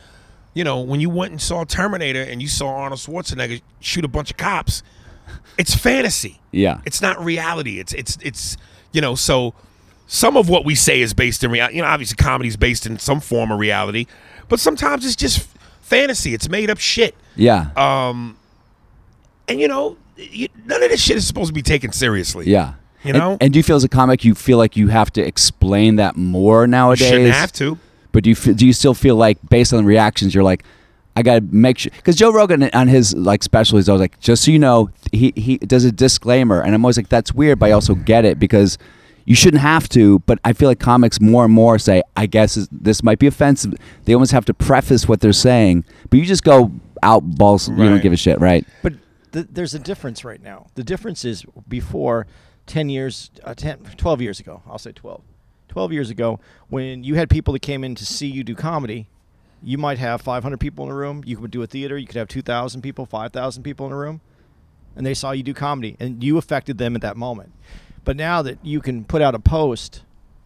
S5: you know, when you went and saw Terminator and you saw Arnold Schwarzenegger shoot a bunch of cops. It's fantasy.
S3: yeah,
S5: It's not reality. It's it's it's you know, so some of what we say is based in reality. You know, obviously comedy's based in some form of reality, but sometimes it's just fantasy. It's made up shit. Um,
S3: yeah,
S5: uh, And you know, you, none of this shit is supposed to be taken seriously.
S3: yeah.
S5: you
S3: And-
S5: know?
S3: and, do you feel as a comic, you feel like you have to explain that more nowadays?
S5: Shouldn't have to.
S3: But do you feel, do you still feel like based on the reactions, you're like, I gotta make sure because Joe Rogan uh, on his like special, he's always like, just so you know, he he does a disclaimer, and I'm always like, that's weird, but I also get it because you shouldn't have to. But I feel like comics more and more say, I guess is- this might be offensive. They almost have to preface what they're saying, but you just go out balls, you don't
S5: Right.
S3: give a shit, right?
S4: But th- there's a difference right now. The difference is before 10 years, uh, 10, 12 years ago, I'll say 12. 12 years ago, when you had people that came in to see you do comedy, you might have 500 people in a room. You could do a theater. You could have 2,000 people, 5,000 people in a room. And they saw you do comedy and you affected them at that moment. But now that you can put out a post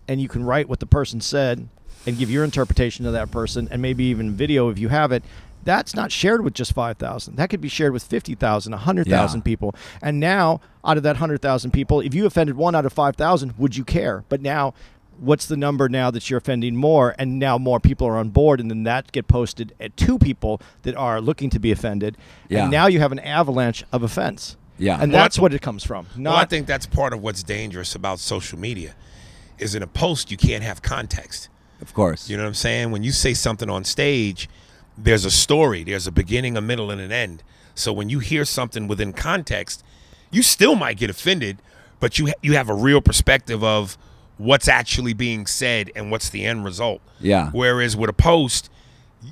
S4: and you can write what the person said and give your interpretation to that person and maybe even video if you have it that's not shared with just 5000 that could be shared with 50000 100000
S3: Yeah.
S4: people and now out of that 100000 people if you offended one out of 5000 would you care but now what's the number now that you're offending more and now more people are on board and then that get posted at two people that are looking to be offended
S3: Yeah.
S4: and now you have an avalanche of offense
S3: Yeah.
S4: and
S5: Well,
S4: that's
S5: I-
S4: what it comes from not
S5: well, I think that's part of what's dangerous about social media. Is in a post you can't have context.
S3: Of course.
S5: You know what I'm saying? When you say something on stage, there's a story, there's a beginning, a middle, and an end. So when you hear something within context, you still might get offended, but you ha- you have a real perspective of what's actually being said and what's the end result.
S3: Yeah.
S5: Whereas with a post,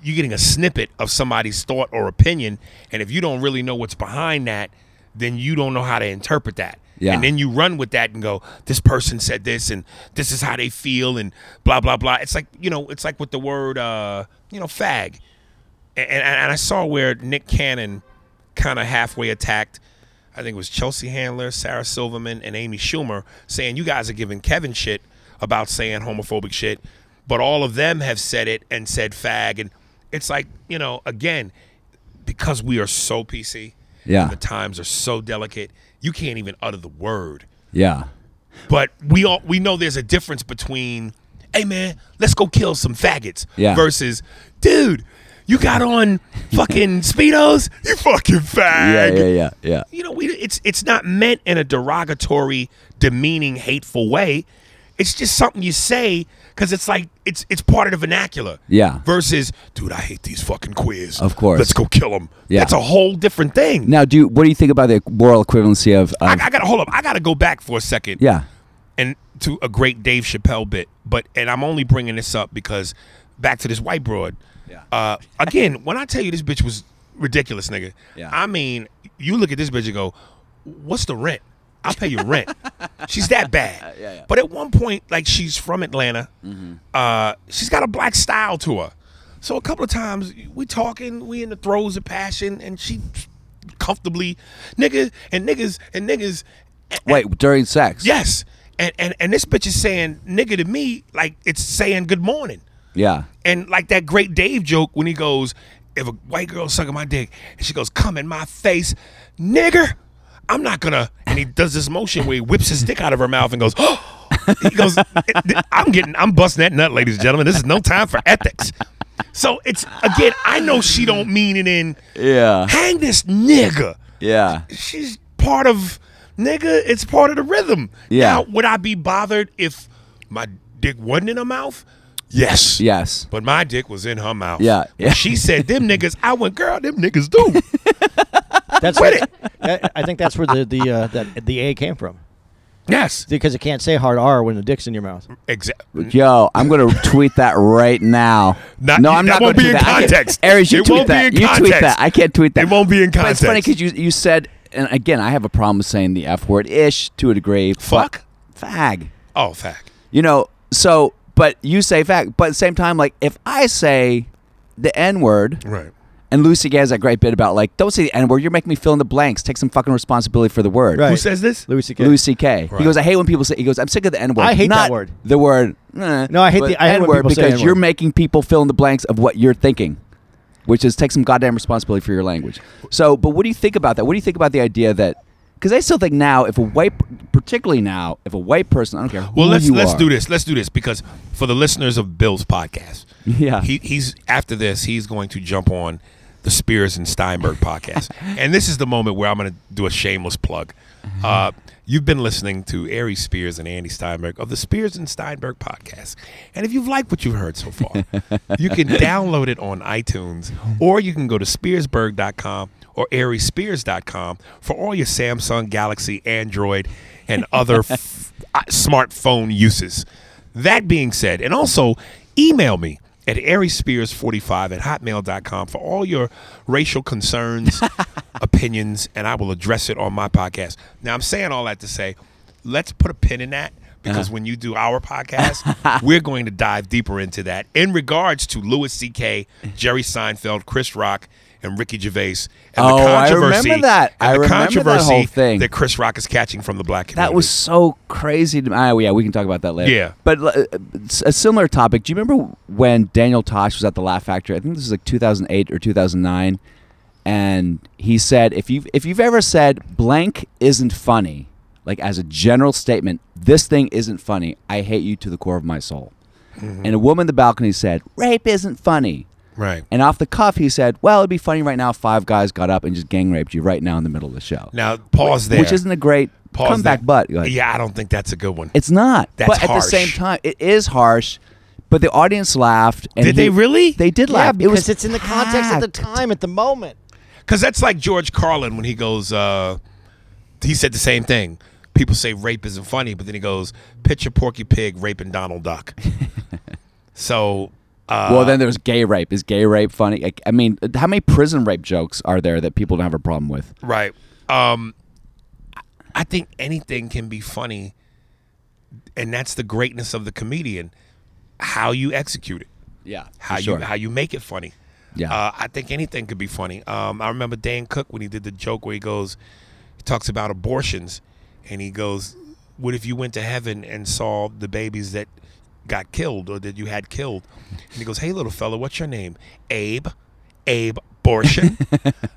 S5: you're getting a snippet of somebody's thought or opinion, and if you don't really know what's behind that, then you don't know how to interpret that.
S3: Yeah.
S5: And then you run with that and go, this person said this and this is how they feel and blah blah blah. It's like you know, it's like with the word uh, you know, fag. And, and, and I saw where Nick Cannon kind of halfway attacked. I think it was Chelsea Handler, Sarah Silverman, and Amy Schumer saying you guys are giving Kevin shit about saying homophobic shit, but all of them have said it and said fag, and it's like you know again because we are so PC.
S3: Yeah.
S5: the times are so delicate. You can't even utter the word
S3: Yeah.
S5: but we all we know there's a difference between hey man let's go kill some faggots
S3: Yeah.
S5: versus dude you got on fucking speedos you fucking
S3: Yeah.
S5: fag
S3: Yeah. Yeah. Yeah.
S5: you know we it's it's not meant in a derogatory demeaning hateful way it's just something you say because it's like it's it's part of the vernacular
S3: Yeah.
S5: versus dude i hate these fucking queers
S3: Of course.
S5: let's go kill them
S3: Yeah.
S5: that's a whole different thing
S3: Now, do you, what do you think about the moral equivalency of?
S5: I,
S3: of
S5: I gotta hold up i gotta go back for a second
S3: yeah.
S5: and to a great Dave Chappelle bit, but and I'm only bringing this up because back to this white broad.
S3: Yeah.
S5: Uh, again, when I tell you this bitch was ridiculous, nigga.
S3: Yeah.
S5: I mean, you look at this bitch and go, "What's the rent? I'll pay your rent." she's that bad.
S3: yeah. Mm-hmm.
S5: But at one point, like she's from Atlanta, uh, she's got a black style to her. So a couple of times we talking, we in the throes of passion, and she comfortably, nigga, and niggas, and niggas,
S3: Wait, during sex.
S5: Yes. And, and and this bitch is saying nigga to me like it's saying good morning.
S3: Yeah.
S5: And like that great Dave joke when he goes, if a white girl sucking my dick and she goes, come in my face, nigger, I'm not gonna. And he does this motion where he whips his dick out of her mouth and goes, oh. he goes, I'm getting, I'm busting that nut, ladies and gentlemen. This is no time for ethics. So it's again, I know she don't mean it in
S3: Yeah.
S5: hang this nigger
S3: Yeah.
S5: she's part of nigga. It's part of the rhythm.
S3: Yeah.
S5: Now, would I be bothered if my dick wasn't in her mouth? Yes.
S3: Yes.
S5: But my dick was in her mouth.
S3: Yeah,
S5: When
S3: yeah.
S5: She said them niggas. I went, girl, them niggas do.
S4: That's
S5: Quit it.
S4: I- I think that's where the the uh, that, the A came from
S5: yes.
S4: because it can't say hard R when the dick's in your mouth.
S5: Exactly.
S3: Yo, I'm gonna tweet that right now.
S5: Not-
S3: no, I'm
S5: that
S3: not gonna
S5: won't be
S3: tweet
S5: in
S3: that. I can't-
S5: context.
S3: Aries, you
S5: It
S3: tweet
S5: won't be
S3: that.
S5: in
S3: you tweet that.
S5: context.
S3: I can't tweet that.
S5: It won't be in
S3: But it's funny
S5: context.
S3: because you you said, and again, I have a problem with saying the f word ish to a degree. but-
S5: Fuck.
S3: fag.
S5: Oh, fact.
S3: You know, so but you say fact, but at the same time, like if I say the N word,
S5: Right.
S3: and Lucy Gay has that great bit about like, don't say the N word, you're making me fill in the blanks. Take some fucking responsibility for the word.
S4: Right.
S5: Who says this?
S4: Louis C.K.
S3: Lucy K.
S5: Right.
S3: He goes, I hate when people say. He goes, I'm sick of the N word.
S4: I hate that
S3: Not
S4: word.
S3: The word. eh,
S4: No, I hate
S3: but
S4: the- I hate when
S3: N-word
S4: people say
S3: because
S4: N-word.
S3: you're making people fill in the blanks of what you're thinking, which is take some goddamn responsibility for your language. So, but what do you think about that? What do you think about the idea that? Because I still think now, if a white, particularly now, if a white person, I don't care. Who
S5: Well, let's
S3: you
S5: let's
S3: are,
S5: do this. Let's do this because for the listeners of Bill's podcast,
S3: Yeah.
S5: he, he's after this, he's going to jump on the Spears and Steinberg podcast, and this is the moment where I'm going to do a shameless plug. Uh, you've been listening to Ari Spears and Andy Steinberg of the Spears and Steinberg podcast, and if you've liked what you've heard so far, you can download it on iTunes, or you can go to spearsberg.com or ariespears.com for all your Samsung, Galaxy, Android, and other f- uh, smartphone uses. That being said, and also email me at ariespears45 at hotmail.com for all your racial concerns, opinions, and I will address it on my podcast. Now, I'm saying all that to say, let's put a pin in that because
S3: Uh-huh.
S5: when you do our podcast, we're going to dive deeper into that in regards to Louis C.K., Jerry Seinfeld, Chris Rock, and Ricky Gervais, and
S3: Oh,
S5: the
S3: I remember
S5: controversy,
S3: that.
S5: and
S3: I
S5: the
S3: remember that
S5: controversy
S3: whole thing.
S5: that Chris Rock is catching from the black community.
S3: That was so crazy. To me. Oh, yeah, we can talk about that later.
S5: Yeah.
S3: But uh, it's a similar topic. Do you remember when Daniel Tosh was at the Laugh Factory? I think this was like 2008 or 2009, and he said, "If you have if you've ever said blank isn't funny, like as a general statement, this thing isn't funny. I hate you to the core of my soul."
S5: Mm-hmm.
S3: And a woman in the balcony said, "Rape isn't funny."
S5: right.
S3: And off the cuff, he said, "Well, it'd be funny right now if five guys got up and just gang raped you right now in the middle of the show."
S5: Now pause there.
S3: Which isn't a great
S5: pause
S3: comeback,
S5: there.
S3: but go ahead.
S5: yeah, I don't think that's a good one.
S3: It's not.
S5: That's
S3: but at
S5: harsh.
S3: the same time, it is harsh. But the audience laughed. And
S5: Did
S3: he-
S5: they really?
S3: They did
S4: Yeah,
S3: laugh.
S4: because
S3: it was
S4: it's in the context of the
S3: packed.
S4: time at the moment.
S5: Because that's like George Carlin when he goes, uh, he said the same thing. People say rape isn't funny, but then he goes, picture Porky Pig raping Donald Duck. so, uh,
S3: Well, then there was gay rape. Is gay rape funny? Like, I mean, how many prison rape jokes are there that people don't have a problem with?
S5: right. Um, I- I think anything can be funny, and that's the greatness of the comedian how you execute it,
S3: Yeah.
S5: how, you, how you make it funny.
S3: Yeah.
S5: Uh, I think anything could be funny. Um, I remember Dan Cook when he did the joke where he goes, he talks about abortions, and he goes, "What if you went to heaven and saw the babies that got killed or that you had killed?" And he goes, "Hey, little fella, what's your name? Abe, Abe." Abortion,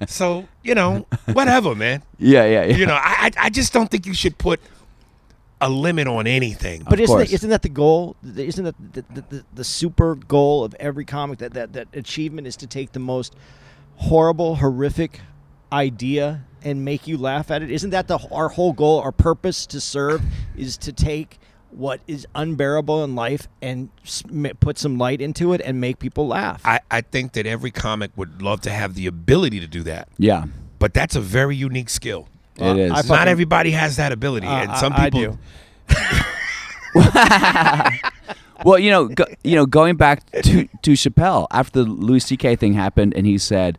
S5: so you know, whatever, man.
S3: Yeah, yeah, yeah.
S5: You know, I I I just don't think you should put a limit on anything.
S4: But isn't
S3: course.
S4: that, isn't that the goal? Isn't that the, the, the, the super goal of every comic? That, that that achievement is to take the most horrible, horrific idea and make you laugh at it. Isn't that the our whole goal, our purpose to serve is to take what is unbearable in life and sm- put some light into it and make people laugh. Uh,
S5: I, I think that every comic would love to have the ability to do that,
S3: yeah.
S5: but that's a very unique skill.
S3: it is.
S4: I fucking- Uh,
S5: Not everybody has that ability, and
S4: I-
S5: some
S4: I
S5: people.
S4: do.
S3: well, you know, go, you know, going back to to Chappelle after the Louis C.K. thing happened, and he said,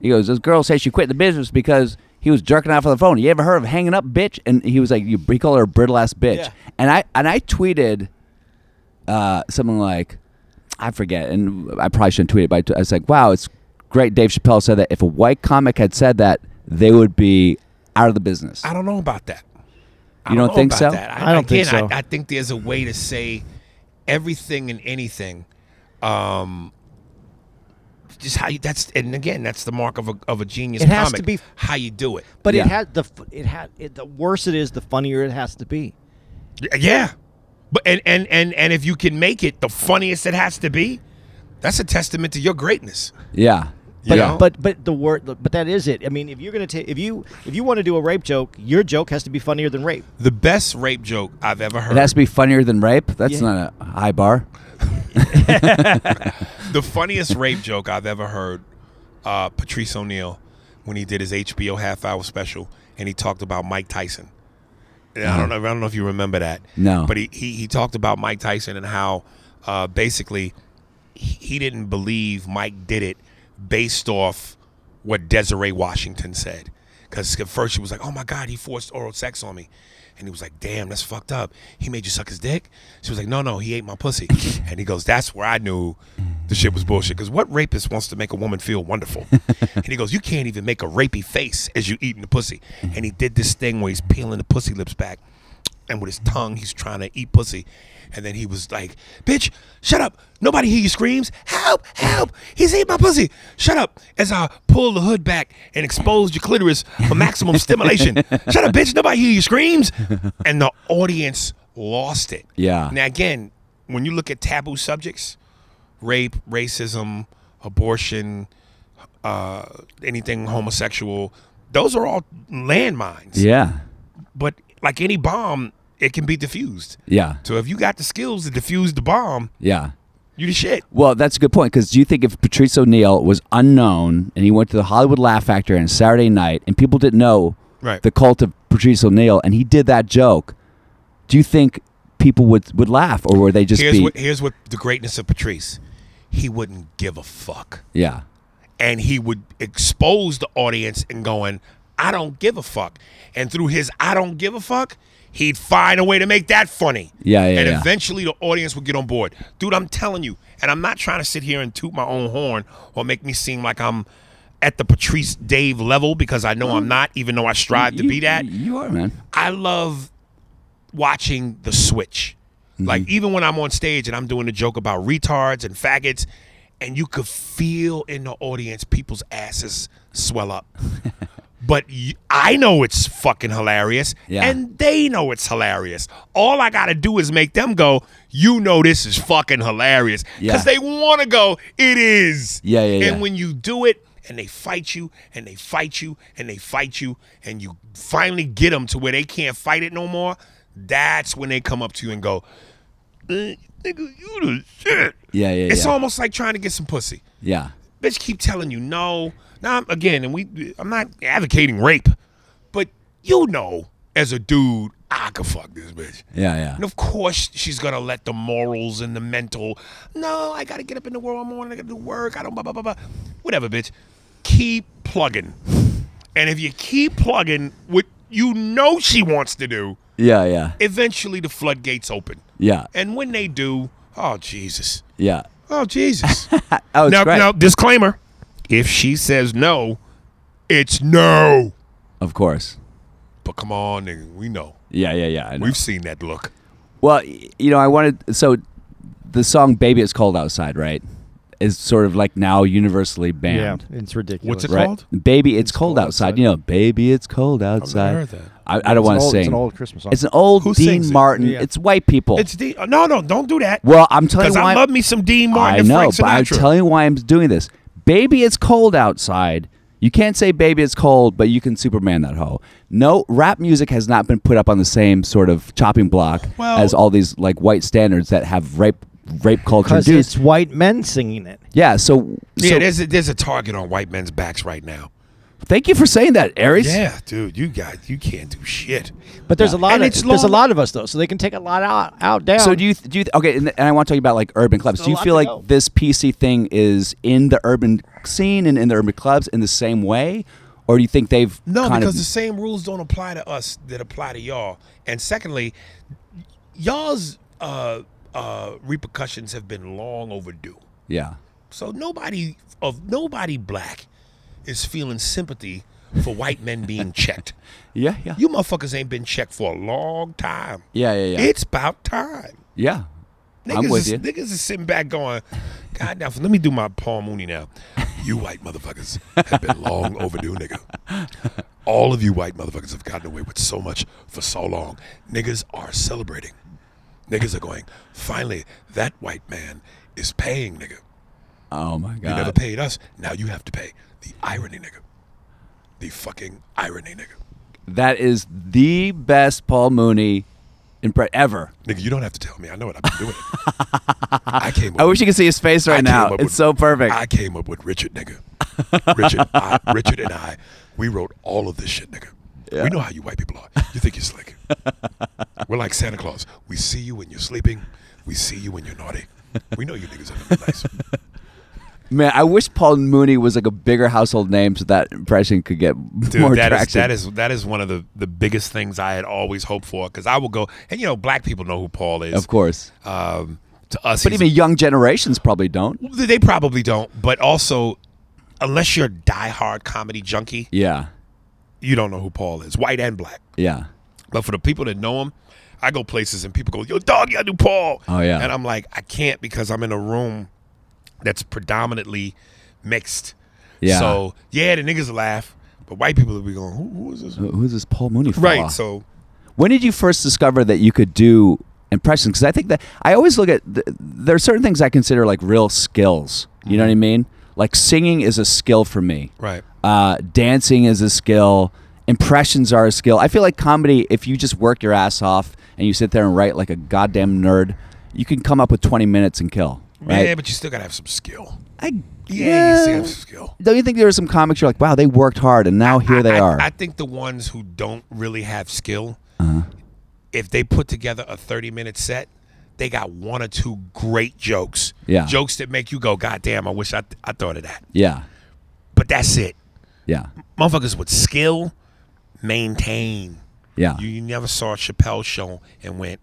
S3: he goes, "This girl says she quit the business because he was jerking off on the phone. You ever heard of hanging up, bitch?" And he was like, "You he called her a brittle ass bitch."
S4: Yeah.
S3: And I and I tweeted uh, something like, I forget, and I probably shouldn't tweet it, but I, t- I was like, "Wow, it's great." Dave Chappelle said that if a white comic had said that, they would be out of the business.
S5: I don't know about that. I
S3: You don't
S5: know
S3: think
S5: about
S3: so?
S5: that.
S4: I don't think
S5: again, I,
S4: so.
S5: I think there's a way to say everything and anything. Um, just how you, that's and again that's the mark of a of a genius.
S4: It has
S5: comic,
S4: to be-
S5: how you do it.
S4: but
S3: Yeah.
S4: it had the f- it had it, the worse it is, the funnier it has to be.
S5: Y- Yeah, but and and and and if you can make it the funniest it has to be, that's a testament to your greatness.
S3: yeah,
S4: But,
S5: You know?
S4: but but the word but that is it. I mean, if you're gonna take if you if you want to do a rape joke, your joke has to be funnier than rape.
S5: The best rape joke I've ever heard.
S3: it has to be funnier than rape. That's
S4: Yeah.
S3: not a high bar.
S5: the funniest rape joke I've ever heard. Uh, Patrice O'Neill, when he did his HBO half hour special, and he talked about Mike Tyson. And I don't know. I don't know if you remember that.
S3: No.
S5: But he he, he talked about Mike Tyson and how uh, basically he he didn't believe Mike did it based off what Desiree Washington said. Because at first she was like, "Oh my God, he forced oral sex on me," and he was like, "Damn, that's fucked up. He made you suck his dick." She was like, "No, no, he ate my pussy," and he goes, "That's where I knew the shit was bullshit." Because what rapist wants to make a woman feel wonderful? and he goes, "You can't even make a rapey face as you eating the pussy." And he did this thing where he's peeling the pussy lips back, and with his tongue he's trying to eat pussy and then he was like bitch shut up nobody hear your screams help help he's eating my pussy shut up as i pull the hood back and expose your clitoris for maximum stimulation shut up bitch nobody hear your screams and the audience lost it
S3: Yeah.
S5: now again when you look at taboo subjects rape racism abortion uh, anything homosexual those are all landmines
S3: Yeah,
S5: but like any bomb, it can be diffused.
S3: yeah,
S5: So if you got the skills to diffuse the bomb,
S3: yeah.
S5: you the shit.
S3: Well, that's a good point because do you think if Patrice O'Neill was unknown and he went to the Hollywood Laugh Factory on Saturday night and people didn't know
S5: Right.
S3: the cult of Patrice O'Neill and he did that joke, do you think people would, would laugh or would they just
S5: Here's
S3: be
S5: what here's what the greatness of Patrice. He wouldn't give a fuck.
S3: yeah
S5: And he would expose the audience and going, I don't give a fuck. And through his I don't give a fuck, he'd find a way to make that funny.
S3: Yeah, yeah,
S5: And
S3: yeah.
S5: eventually the audience would get on board. Dude, I'm telling you, and I'm not trying to sit here and toot my own horn or make me seem like I'm at the Patrice Dave level because I know I'm not, even though I strive to
S3: You-
S5: be that.
S3: You are man.
S5: I love watching the switch. Like
S3: Mm-hmm.
S5: even when I'm on stage and I'm doing a joke about retards and faggots, and you could feel in the audience people's asses swell up. but y- I know it's fucking hilarious,
S3: Yeah.
S5: and they know it's hilarious. All I gotta do is make them go, "You know this is fucking hilarious,"
S3: Yeah.
S5: because they want to go. It is.
S3: Yeah, yeah,
S5: And
S3: yeah.
S5: when you do it and they fight you and they fight you and they fight you and you finally get them to where they can't fight it no more, that's when they come up to you and go, "Eh, nigga, you the shit.
S3: Yeah, yeah,
S5: It's
S3: yeah.
S5: almost like trying to get some pussy.
S3: Yeah.
S5: Bitch keep telling you no. Now I'm- again, and we I'm not advocating rape, but you know, as a dude, I could fuck this bitch.
S3: Yeah, yeah.
S5: And of course, she's gonna let the morals and the mental. No, I gotta get up in the world morning. I gotta do work. I don't blah blah blah blah. Whatever, bitch. Keep plugging. And if you keep plugging what you know she wants to do,
S3: Yeah, yeah.
S5: eventually the floodgates open.
S3: Yeah.
S5: And when they do, oh Jesus,
S3: Yeah.
S5: oh Jesus.
S3: Oh, it's
S5: now,
S3: great.
S5: now, disclaimer. If she says no, it's no.
S3: Of course.
S5: But come on, nigga, we know.
S3: Yeah, yeah, yeah. I know.
S5: We've seen that look.
S3: Well, y- you know, I wanted so the song "Baby It's Cold Outside," right, is sort of like now universally banned.
S4: Yeah, it's ridiculous.
S5: What's it
S3: Right,
S5: called?
S3: baby, it's, cold, outside.
S4: Outside.
S3: You know, baby, it's cold outside.
S5: heard that.
S3: I, I don't
S4: It's an
S3: want to
S4: old-
S3: sing.
S4: It's an old Christmas song.
S3: It's an old
S5: Who sings
S3: Dean
S5: it?
S3: Martin.
S4: Yeah.
S3: It's white people.
S5: It's D. No, no, don't do that.
S3: well, I'm telling
S5: Because
S3: you why.
S5: I love me some Dean Martin
S3: I
S5: and
S3: know,
S5: Frank
S3: but I'm
S5: Sinatra.
S3: telling you why I'm doing this. Baby, it's cold outside. You can't say baby, it's cold, but you can Superman that hoe. No, rap music has not been put up on the same sort of chopping block
S5: Well-
S3: as all these like white standards that have rape rape culture
S4: because
S3: induced.
S4: it's white men singing it.
S3: Yeah, so, so
S5: yeah, there's a, there's a target on white men's backs right now.
S3: thank you for saying that, Aries.
S5: Yeah, dude, you got you can't do shit.
S4: But there's a lot
S5: And
S4: of
S5: it's
S4: there's a
S5: long-
S4: lot of us though, so they can take a lot out, out down.
S3: So do you do you okay? And, and I want to talk about like urban clubs.
S4: Still
S3: Do you
S4: a lot
S3: feel
S4: to
S3: like
S4: go.
S3: this PC thing is in the urban scene and in the urban clubs in the same way, or do you think they've
S5: No,
S3: kind
S5: because
S3: of,
S5: the same rules don't apply to us that apply to y'all. And secondly, y'all's uh, uh, repercussions have been long overdue.
S3: yeah
S5: So nobody of nobody black is feeling sympathy for white men being checked.
S3: yeah yeah
S5: You motherfuckers ain't been checked for a long time.
S3: yeah yeah yeah
S5: It's about time.
S3: yeah.
S5: Niggas
S3: I'm with
S5: is,
S3: you.
S5: Niggas is sitting back going, God, now let me do my Paul Mooney now. You white motherfuckers have been long overdue, nigga. All of you white motherfuckers have gotten away with so much for so long. Niggas are celebrating. Niggas are going, finally, that white man is paying, nigga.
S3: Oh my
S5: You never
S3: god.
S5: paid us. Now you have to pay. The irony, nigga. The fucking irony, nigga.
S3: That is the best Paul Mooney impre- ever.
S5: Nigga, you don't have to tell me. I know what I've been doing. I came up
S3: I wish you could see his face
S5: I
S3: right
S5: came
S3: now.
S5: up
S3: It's
S5: with-
S3: so perfect.
S5: I came up with Richard, nigga. Richard, I, Richard and I, we wrote all of this shit, nigga. We know how you white people are. You think you're slick. We're like Santa Claus. We see you when you're sleeping. We see you when you're naughty. We know you niggas are not nice.
S3: Man, I wish Paul Mooney was like a bigger household name so that impression could get more
S5: that is
S3: traction.
S5: that is that is one of the, the biggest things I had always hoped for. Because I will go, and you know, black people know who Paul is.
S3: of course.
S5: Um, to us,
S3: But
S5: he's
S3: even young generations probably don't.
S5: a- they probably don't. But also, unless you're a diehard comedy junkie,
S3: Yeah.
S5: you don't know who Paul is, white and black.
S3: Yeah.
S5: But for the people that know him, I go places and people go, "Yo, dog, I do Paul."
S3: Oh, yeah.
S5: and I'm like, I can't because I'm in a room that's predominantly mixed.
S3: Yeah.
S5: So yeah, the niggas laugh, but white people will be going, "Who, who is this?"
S3: Who- Who's this Paul Mooney fella?
S5: Right. So
S3: When did you first discover that you could do impressions? Because I think that I always look at th- there are certain things I consider like real skills. You know what I mean? Like singing is a skill for me.
S5: Mm-hmm. right.
S3: Uh, dancing is a skill. Impressions are a skill. I feel like comedy. If you just work your ass off and you sit there and write like a goddamn nerd, you can come up with twenty minutes and kill. Right?
S5: Yeah, but you still gotta have some skill.
S3: I,
S5: Yeah, you still have some skill.
S3: Don't you think there are some comics you're like, wow, they worked hard and now here they
S5: I,
S3: are.
S5: I think the ones who don't really have skill, if they put together a 30 minute set, they got one or two great jokes.
S3: Yeah.
S5: Jokes that make you go, God damn, I wish I, I thought of that.
S3: yeah,
S5: But that's it.
S3: yeah,
S5: Motherfuckers with skill maintain.
S3: yeah,
S5: You, you never saw a Chappelle show and went,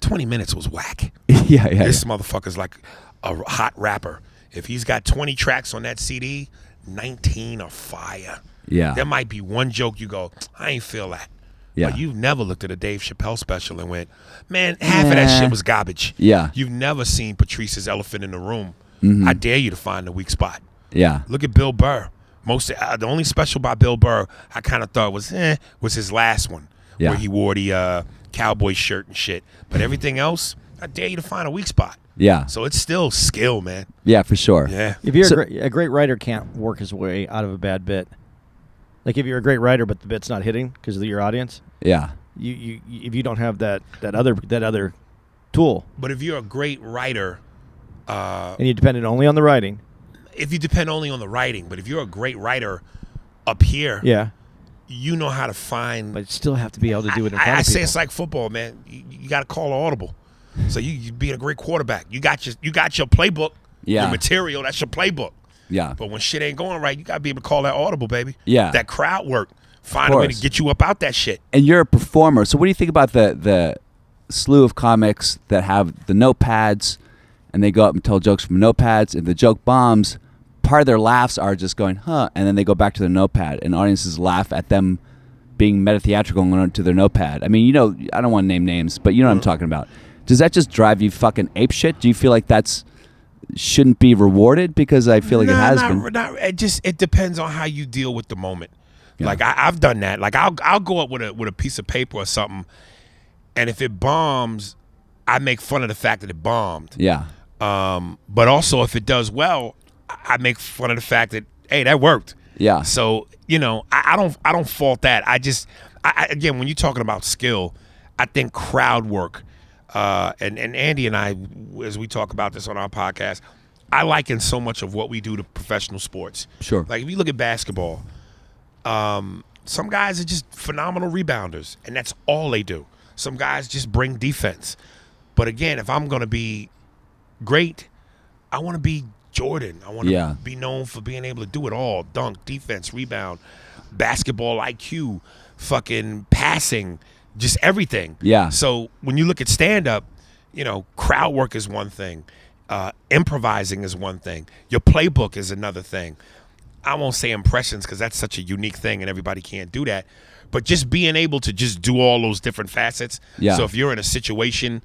S5: 20 minutes was whack.
S3: yeah, yeah.
S5: This motherfucker's like a r- hot rapper. If he's got 20 tracks on that CD, 19 are fire.
S3: Yeah.
S5: There might be one joke you go, I ain't feel that.
S3: Yeah.
S5: But you've never looked at a Dave Chappelle special and went, man, half of that
S3: Nah.
S5: shit was garbage.
S3: Yeah. Mm-hmm.
S5: You've never seen Patrice's elephant in the room. I dare you to find the weak spot.
S3: yeah.
S5: Look at Bill Burr. Most uh, the only special by Bill Burr I kind of thought was eh was his last one
S3: Yeah.
S5: where he wore the uh, cowboy shirt and shit. But everything else, I dare you to find a weak spot.
S3: Yeah.
S5: So it's still skill, man.
S3: Yeah, for sure.
S5: Yeah.
S4: If you're
S3: So-
S4: a, great, a great writer, can't work his way out of a bad bit. Like if you're a great writer, but the bit's not hitting because of your audience,
S3: Yeah.
S4: you, you you- if you don't have that that other that other tool,
S5: But if you're a great writer, uh,
S4: and you're dependent only on the writing,
S5: if you depend only on the writing, but if you're a great writer up here,
S4: yeah,
S5: you know how to find.
S4: but you still have to be able to do it in front
S5: I, I
S4: of
S5: say
S4: people.
S5: it's like football, man. You, you got to call an audible. So you, you being a great quarterback, you got your you got your playbook,
S3: Yeah.
S5: your material. That's your playbook.
S3: Yeah.
S5: But when shit ain't going right, you gotta be able to call that audible, baby.
S3: Yeah.
S5: That crowd work. Find a way to
S3: course.
S5: get you up out that shit.
S3: And you're a performer. So what do you think about the the slew of comics that have the notepads and they go up and tell jokes from notepads and the joke bombs? part of their laughs are just going, huh, and then they go back to their notepad, and audiences laugh at them being meta-theatrical and going to their notepad. I mean, you know, I don't want to name names, but you
S5: Mm.
S3: know what I'm talking about. Does that just drive you fucking ape shit? Do you feel like that's shouldn't be rewarded? Because I feel like it
S5: Nah,
S3: has
S5: not-
S3: been.
S5: not- it just it depends on how you deal with the moment. Like I, I've done that. Like I'll I'll go up with a with a piece of paper or something, and if it bombs, I make fun of the fact that it bombed.
S3: Yeah,
S5: Um, but also if it does well, I I make fun of the fact that hey, that worked.
S3: yeah,
S5: So you know, I, I don't I don't fault that. I just I, I, again, when you're talking about skill, I think crowd work, uh, and and Andy and I, as we talk about this on our podcast, I liken so much of what we do to professional sports.
S3: Sure.
S5: Like if you look at basketball, um, some guys are just phenomenal rebounders, and that's all they do. Some guys just bring defense. But again, if I'm going to be great, I want to be Jordan. I want to
S3: Yeah.
S5: be known for being able to do it all: dunk, defense, rebound, basketball IQ, fucking passing, just everything.
S3: Yeah.
S5: So when you look at stand up, you know, crowd work is one thing, uh, improvising is one thing, your playbook is another thing. I won't say impressions because that's such a unique thing and everybody can't do that. But just being able to just do all those different facets.
S3: Yeah.
S5: So if you're in a situation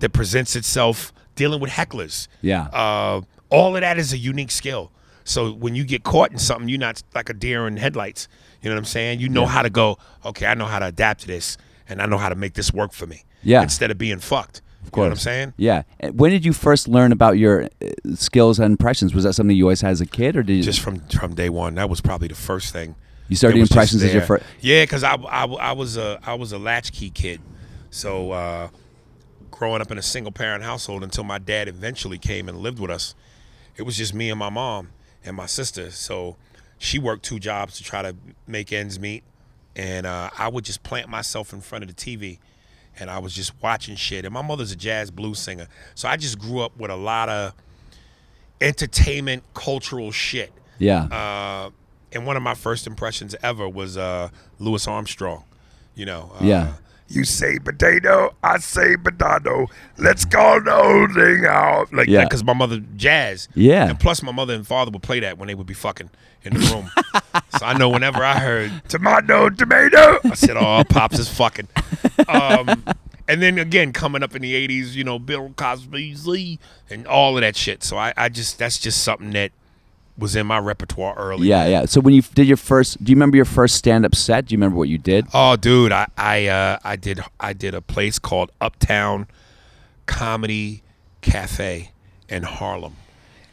S5: that presents itself dealing with hecklers,
S3: yeah,
S5: uh, all of that is a unique skill. So when you get caught in something, you're not like a deer in headlights. You know what I'm saying? You know how to go. Okay, I know how to adapt to this, and I know how to make this work for me.
S3: Yeah.
S5: Instead of being fucked. Of course. You know what I'm saying?
S3: yeah. And When did you first learn about your uh, skills and impressions? Was that something you always had as a kid, or did you
S5: Just from from day one, that was probably the first thing.
S3: You started
S5: that was just
S3: impressions as your
S5: there.
S3: fir-
S5: Yeah, because I, I I was a I was a latchkey kid, so uh, growing up in a single parent household until my dad eventually came and lived with us, it was just me and my mom and my sister. So she worked two jobs to try to make ends meet, and uh, I would just plant myself in front of the TV, and I was just watching shit. And my mother's a jazz blues singer, so I just grew up with a lot of entertainment cultural shit
S3: yeah,
S5: uh, and one of my first impressions ever was uh, Louis Armstrong. You know. Uh,
S3: Yeah.
S5: You say potato, I say potato. Let's call the whole thing out. Like,
S3: Yeah.
S5: because my mother jazz.
S3: Yeah.
S5: And plus, my mother and father would play that when they would be fucking in the room. so I know whenever I heard tomato, tomato, I said, "Oh, pops is fucking." Um, and then again, coming up in the '80s, you know, Bill Cosby, Z, and all of that shit. So I, I just that's just something that was in my repertoire early.
S3: yeah, yeah. So when you f- did your first, do you remember your first stand-up set? Do you remember what you did?
S5: Oh, dude, I I uh, I did I did a place called Uptown Comedy Cafe in Harlem,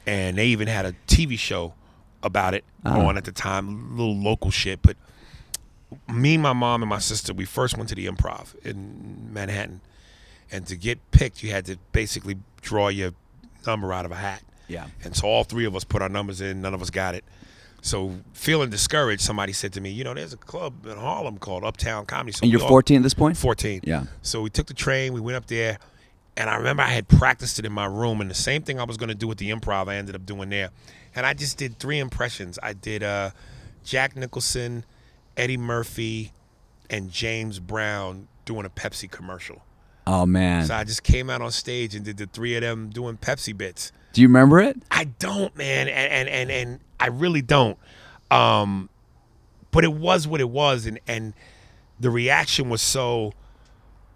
S5: and they even had a TV show about it
S3: Ah.
S5: on at the time, little local shit. But me, my mom, and my sister, we first went to the Improv in Manhattan, and to get picked, you had to basically draw your number out of a hat.
S3: Yeah.
S5: And so all three of us put our numbers in. None of us got it. So feeling discouraged, somebody said to me, "You know, there's a club in Harlem called Uptown Comedy." So
S3: And you're
S5: we all-
S3: 14 at this point.
S5: 14.
S3: Yeah.
S5: So we took the train, we went up there, and I remember I had practiced it in my room, and the same thing I was going to do with the improv, I ended up doing there. And I just did three impressions. I did uh, Jack Nicholson, Eddie Murphy, and James Brown doing a Pepsi commercial.
S3: Oh man,
S5: So I just came out on stage and did the three of them doing Pepsi bits.
S3: do you remember it?
S5: I don't, man, and and and, and I really don't. Um, but it was what it was, and and the reaction was so,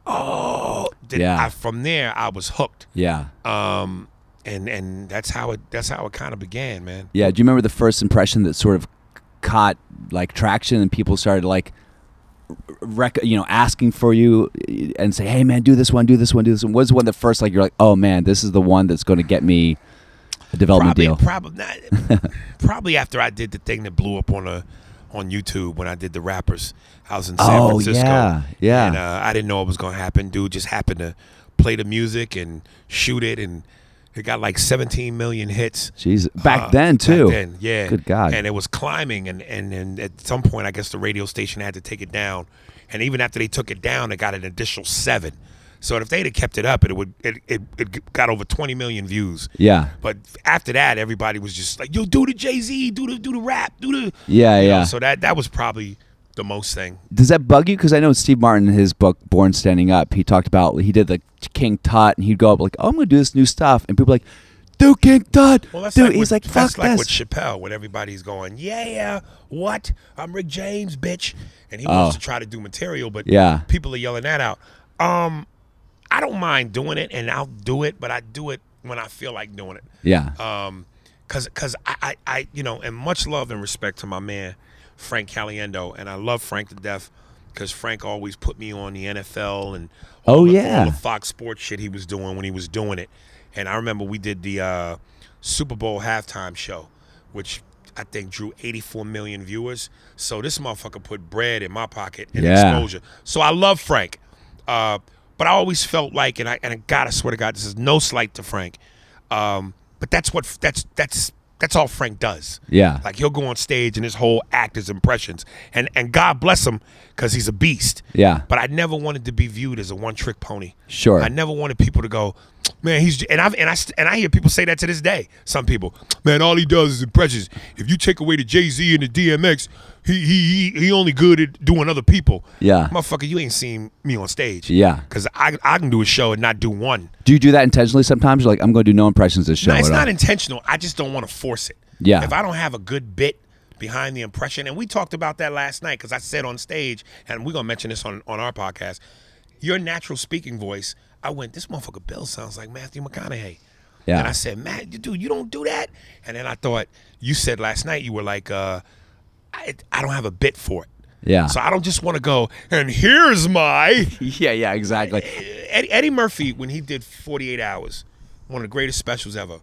S5: oh, that
S3: Yeah.
S5: I, from there I was hooked.
S3: Yeah,
S5: Um, and and that's how it that's how it kind of began, man.
S3: yeah. Do you remember the first impression that sort of caught like traction and people started like, rec- you know, asking for you eh, and say, "Hey man, do this one, do this one, do this one." What was the one that first like you're like, "Oh man, this is the one that's going to get me a development
S5: Probably,
S3: deal."
S5: probably not. probably after I did the thing that blew up on a on YouTube when I did the rappers. I was in San
S3: Oh,
S5: Francisco.
S3: yeah, yeah.
S5: And uh, I didn't know it was gonna happen. Dude just happened to play the music and shoot it, and it got like 17 million hits.
S3: Jeez, back
S5: Uh,
S3: then too.
S5: Back then, yeah.
S3: Good God.
S5: And it was climbing, and, and and at some point, I guess the radio station had to take it down, and even after they took it down, they got an additional seven. So if they'd have kept it up, it would it, it, it got over 20 million views.
S3: Yeah,
S5: But after that, everybody was just like, "Yo, do the Jay Z, do the do the rap, do the."
S3: yeah,
S5: You know,
S3: yeah.
S5: so that that was probably the most thing.
S3: Does that bug you? Because I know Steve Martin in his book Born Standing Up, he talked about he did the King Tut, and he'd go up like, "Oh, I'm going to do this new stuff," and people were like, do King Tut.
S5: Well, that's
S3: do.
S5: like
S3: He's
S5: with,
S3: like, fuck
S5: that's like
S3: this.
S5: with Chappelle, when everybody's going, yeah, what? I'm Rick James, bitch, and he
S3: Oh.
S5: wants to try to do material, but
S3: Yeah.
S5: people are yelling that out. Um, I don't mind doing it, and I'll do it, but I do it when I feel like doing it.
S3: yeah.
S5: Um, cause, cause I, I, I, you know, and much love and respect to my man Frank Caliendo, and I love Frank to death, cause Frank always put me on the NFL and all
S3: Oh,
S5: the-
S3: yeah.
S5: all the Fox Sports shit he was doing when he was doing it, and I remember we did the uh, Super Bowl halftime show, which. I think drew 84 million viewers. So this motherfucker put bread in my pocket and
S3: Yeah.
S5: exposure. So I love Frank. Uh, but I always felt like, and I and I gotta swear to God, this is no slight to Frank. Um, but that's what that's that's that's all Frank does.
S3: Yeah.
S5: Like he'll go on stage and his whole act is impressions, and and God bless him because he's a beast.
S3: Yeah.
S5: But I never wanted to be viewed as a one trick pony.
S3: Sure.
S5: I never wanted people to go, man. He's and I and I st- and I hear people say that to this day. Some people, man, all he does is impressions. If you take away the Jay Z and the DMX, he he he he only good at doing other people.
S3: Yeah.
S5: Motherfucker, you ain't seen me on stage.
S3: Yeah.
S5: Cause I I can do a show and not do one.
S3: do you do that intentionally sometimes? You're like, I'm going to do no impressions this show.
S5: No, it's
S3: at all.
S5: not intentional. I just don't want to force it.
S3: Yeah.
S5: If I don't have a good bit behind the impression, and we talked about that last night because I said on stage, and we're gonna mention this on on our podcast, your natural speaking voice. I went, this motherfucker Bill sounds like Matthew McConaughey.
S3: Yeah.
S5: And I said, Matt, you- dude, you don't do that. And then I thought, you said last night you were like, uh, I, I don't have a bit for it.
S3: Yeah.
S5: So I don't just want to go. And here's my.
S3: yeah, yeah, exactly.
S5: Eddie, Eddie Murphy, when he did 48 Hours, one of the greatest specials ever,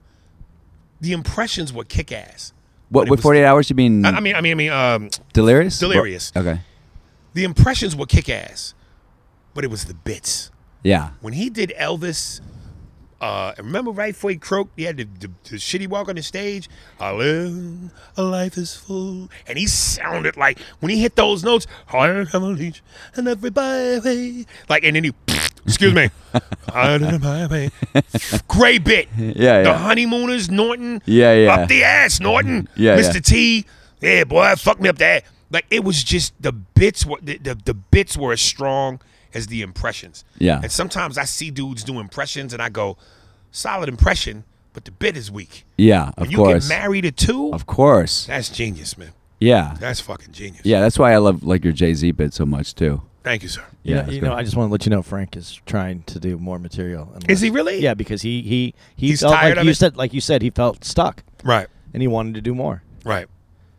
S5: the impressions were kick ass.
S3: What with 48 hours? You mean,
S5: I I mean, I mean, I mean, um,
S3: delirious?
S5: Delirious.
S3: Okay.
S5: the impressions were kick ass, but it was the bits.
S3: Yeah.
S5: When he did Elvis, uh, and remember right before he croaked, he had the, the, the shitty walk on the stage. I live, a life is full. And he sounded like, when he hit those notes, I have a leash, and everybody, way." like, and then he, excuse me, out of my way. Great bit.
S3: Yeah,
S5: The
S3: yeah.
S5: honeymooners, Norton.
S3: Yeah, yeah.
S5: Up the ass, Norton.
S3: Yeah, yeah.
S5: Mr. T. Yeah, boy, fuck me up there. Like it was just the bits were the, the, the bits were as strong as the impressions.
S3: Yeah.
S5: And sometimes I see dudes do impressions and I go, solid impression, but the bit is weak.
S3: Yeah, of
S5: When you
S3: course.
S5: get married to two,
S3: Of course.
S5: that's genius, man.
S3: Yeah.
S5: That's fucking genius.
S3: Yeah, that's why I love like your Jay Z bit so much too.
S5: Thank you, sir.
S3: Yeah,
S4: You know,
S3: that's
S4: you
S3: good.
S4: know, I just want to let you know Frank is trying to do more material. and
S5: Is he
S4: less-
S5: really?
S4: Yeah, because he he he
S5: He's
S4: felt
S5: tired
S4: like
S5: of
S4: you
S5: it?
S4: said like you said he felt stuck
S5: Right.
S4: and he wanted to do more.
S5: Right.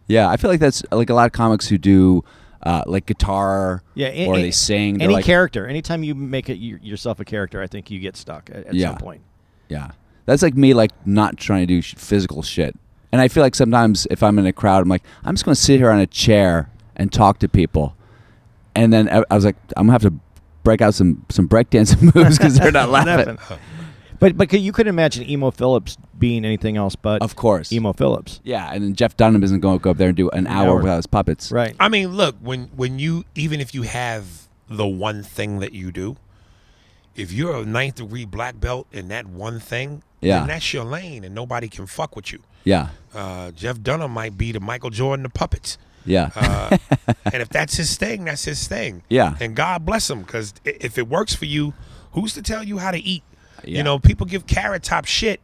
S3: Yeah, I feel like that's like a lot of comics who do uh, like guitar
S4: Yeah, a-
S3: or
S4: a-
S3: they sing. they're
S4: Any
S3: like,
S4: character, anytime you make it y- yourself a character, I think you get stuck at, at
S3: Yeah.
S4: some point.
S3: Yeah, that's like me, like not trying to do sh- physical shit. And I feel like sometimes if I'm in a crowd, I'm like, I'm just going to sit here on a chair and talk to people. And then e, I, I was like, I'm gonna have to break out some some breakdancing moves because they're not laughing.
S4: But but could- you could imagine Emo Phillips being anything else but
S3: Of course.
S4: Emo Phillips,
S3: Yeah, and then Jeff Dunham isn't going to go up there and do an hour
S4: hour.
S3: without his puppets.
S4: right?
S5: I mean, look, when when you even if you have the one thing that you do, if you're a ninth degree black belt in that one thing,
S3: Yeah.
S5: then that's your lane and nobody can fuck with you.
S3: Yeah,
S5: Uh, Jeff Dunham might be the Michael Jordan of puppets.
S3: yeah,
S5: Uh, and if that's his thing, that's his thing.
S3: Yeah.
S5: And God bless him, because if it works for you, who's to tell you how to eat?
S3: Yeah.
S5: You know, people give Carrot Top shit,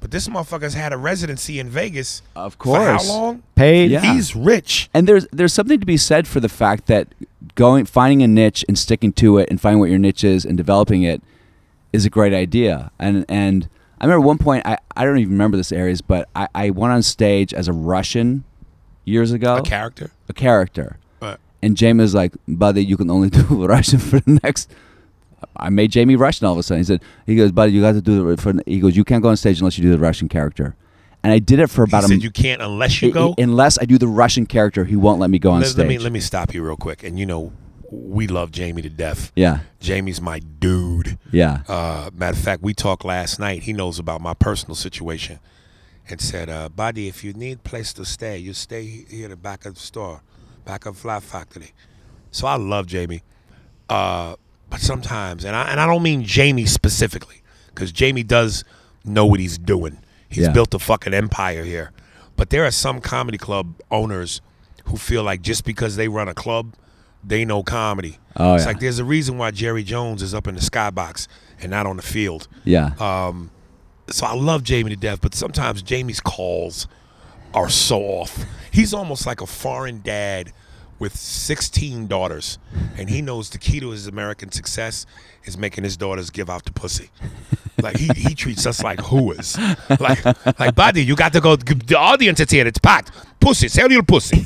S5: but this motherfucker's had a residency in Vegas.
S3: Of
S5: For how
S3: course.
S5: long?
S4: Paid.
S3: Yeah.
S5: He's rich.
S3: and there's there's something to be said for the fact that going finding a niche and sticking to it and finding what your niche is and developing it is a great idea and and i remember one point i, I don't even remember this aries but I, I went on stage as a russian years ago
S5: A character.
S3: a character
S5: But
S3: and jamie was like buddy you can only do russian for the next i made jamie russian all of a sudden he said he goes buddy you got to do it for he goes you can't go on stage unless you do the russian character and i did it for
S5: he
S3: about a
S5: said
S3: m-
S5: you can't unless you go.
S3: unless i do the russian character he won't let me go on
S5: let,
S3: stage
S5: let me let me stop you real quick. And you know, we love Jamie to death.
S3: yeah
S5: Jamie's my dude.
S3: Yeah.
S5: Uh, matter of fact, we talked last night. He knows about my personal situation and said, uh, Buddy, if you need place to stay, you stay here at the back of the store, back of Fly Factory. So I love Jamie. Uh, but sometimes, and I, and I don't mean Jamie specifically, because Jamie does know what he's doing. He's
S3: Yeah.
S5: built a fucking empire here. But there are some comedy club owners who feel like just because they run a club, they know comedy.
S3: Oh,
S5: it's
S3: yeah.
S5: like there's a reason why Jerry Jones is up in the skybox and not on the field.
S3: yeah.
S5: Um, so I love Jamie to death, but sometimes Jamie's calls are so off. He's almost like a foreign dad with 16 daughters, and he knows the key to his American success is making his daughters give out the pussy. Like he, he treats us like hooers. Like like buddy, you got to go. The audience is here. It's packed. Pussy, sell your pussy.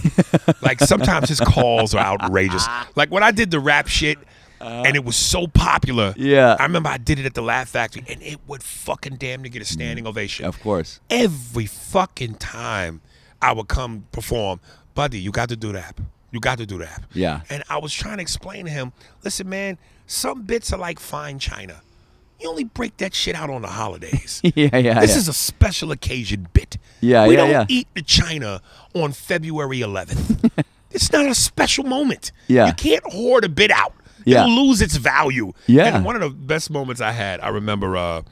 S5: Like sometimes his calls are outrageous. Like when I did the rap shit, and it was so popular.
S3: Yeah.
S5: I remember I did it at the Laugh Factory, and it would fucking damn near get a standing ovation
S3: Mm-hmm. Of course.
S5: every fucking time I would come perform, buddy, you got to do the app. You got to do the app.
S3: Yeah.
S5: And I was trying to explain to him, listen, man, some bits are like fine china. You only break that shit out on the holidays.
S3: Yeah, yeah. Ah,
S5: This
S3: yeah.
S5: is a special occasion bit.
S3: Yeah,
S5: we
S3: yeah,
S5: don't
S3: yeah.
S5: eat the china on February 11th. it's not a special moment.
S3: Yeah.
S5: you can't hoard a bit out.
S3: Yeah.
S5: It'll lose its value.
S3: Yeah.
S5: and one of the best moments I had, I remember uh,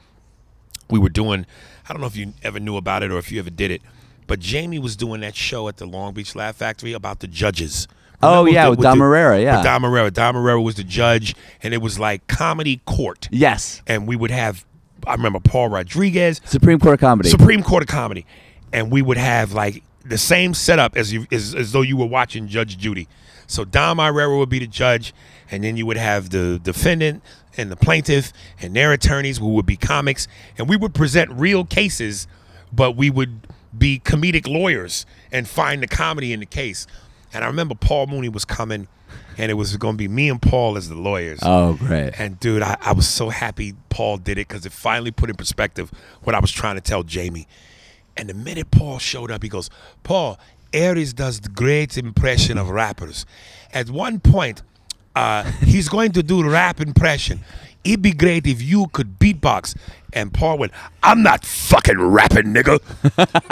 S5: we were doing. I don't know if you ever knew about it or if you ever did it, but Jamie was doing that show at the Long Beach Laugh Factory about the judges.
S3: Oh,
S5: Remember
S3: yeah, with Don Herrera, yeah.
S5: with Don Herrera. Don Herrera was the judge, and it was like comedy court.
S3: yes.
S5: And we would have, I remember Paul Rodriguez,
S3: Supreme Court of comedy.
S5: Supreme Court of Comedy, and we would have like the same setup as you as, as though you were watching Judge Judy. So Dom Irera would be the judge, and then you would have the defendant and the plaintiff and their attorneys who would be comics, and we would present real cases, but we would be comedic lawyers and find the comedy in the case. And I remember Paul Mooney was coming, and it was going to be me and Paul as the lawyers.
S3: oh, great.
S5: And dude, I, I was so happy Paul did it because it finally put in perspective what I was trying to tell Jamie. And the minute Paul showed up, he goes, Paul, Aries does the great impression of rappers. At one point, uh, he's going to do rap impression. It'd be great if you could beatbox. And Paul went, I'm not fucking rapping, nigga.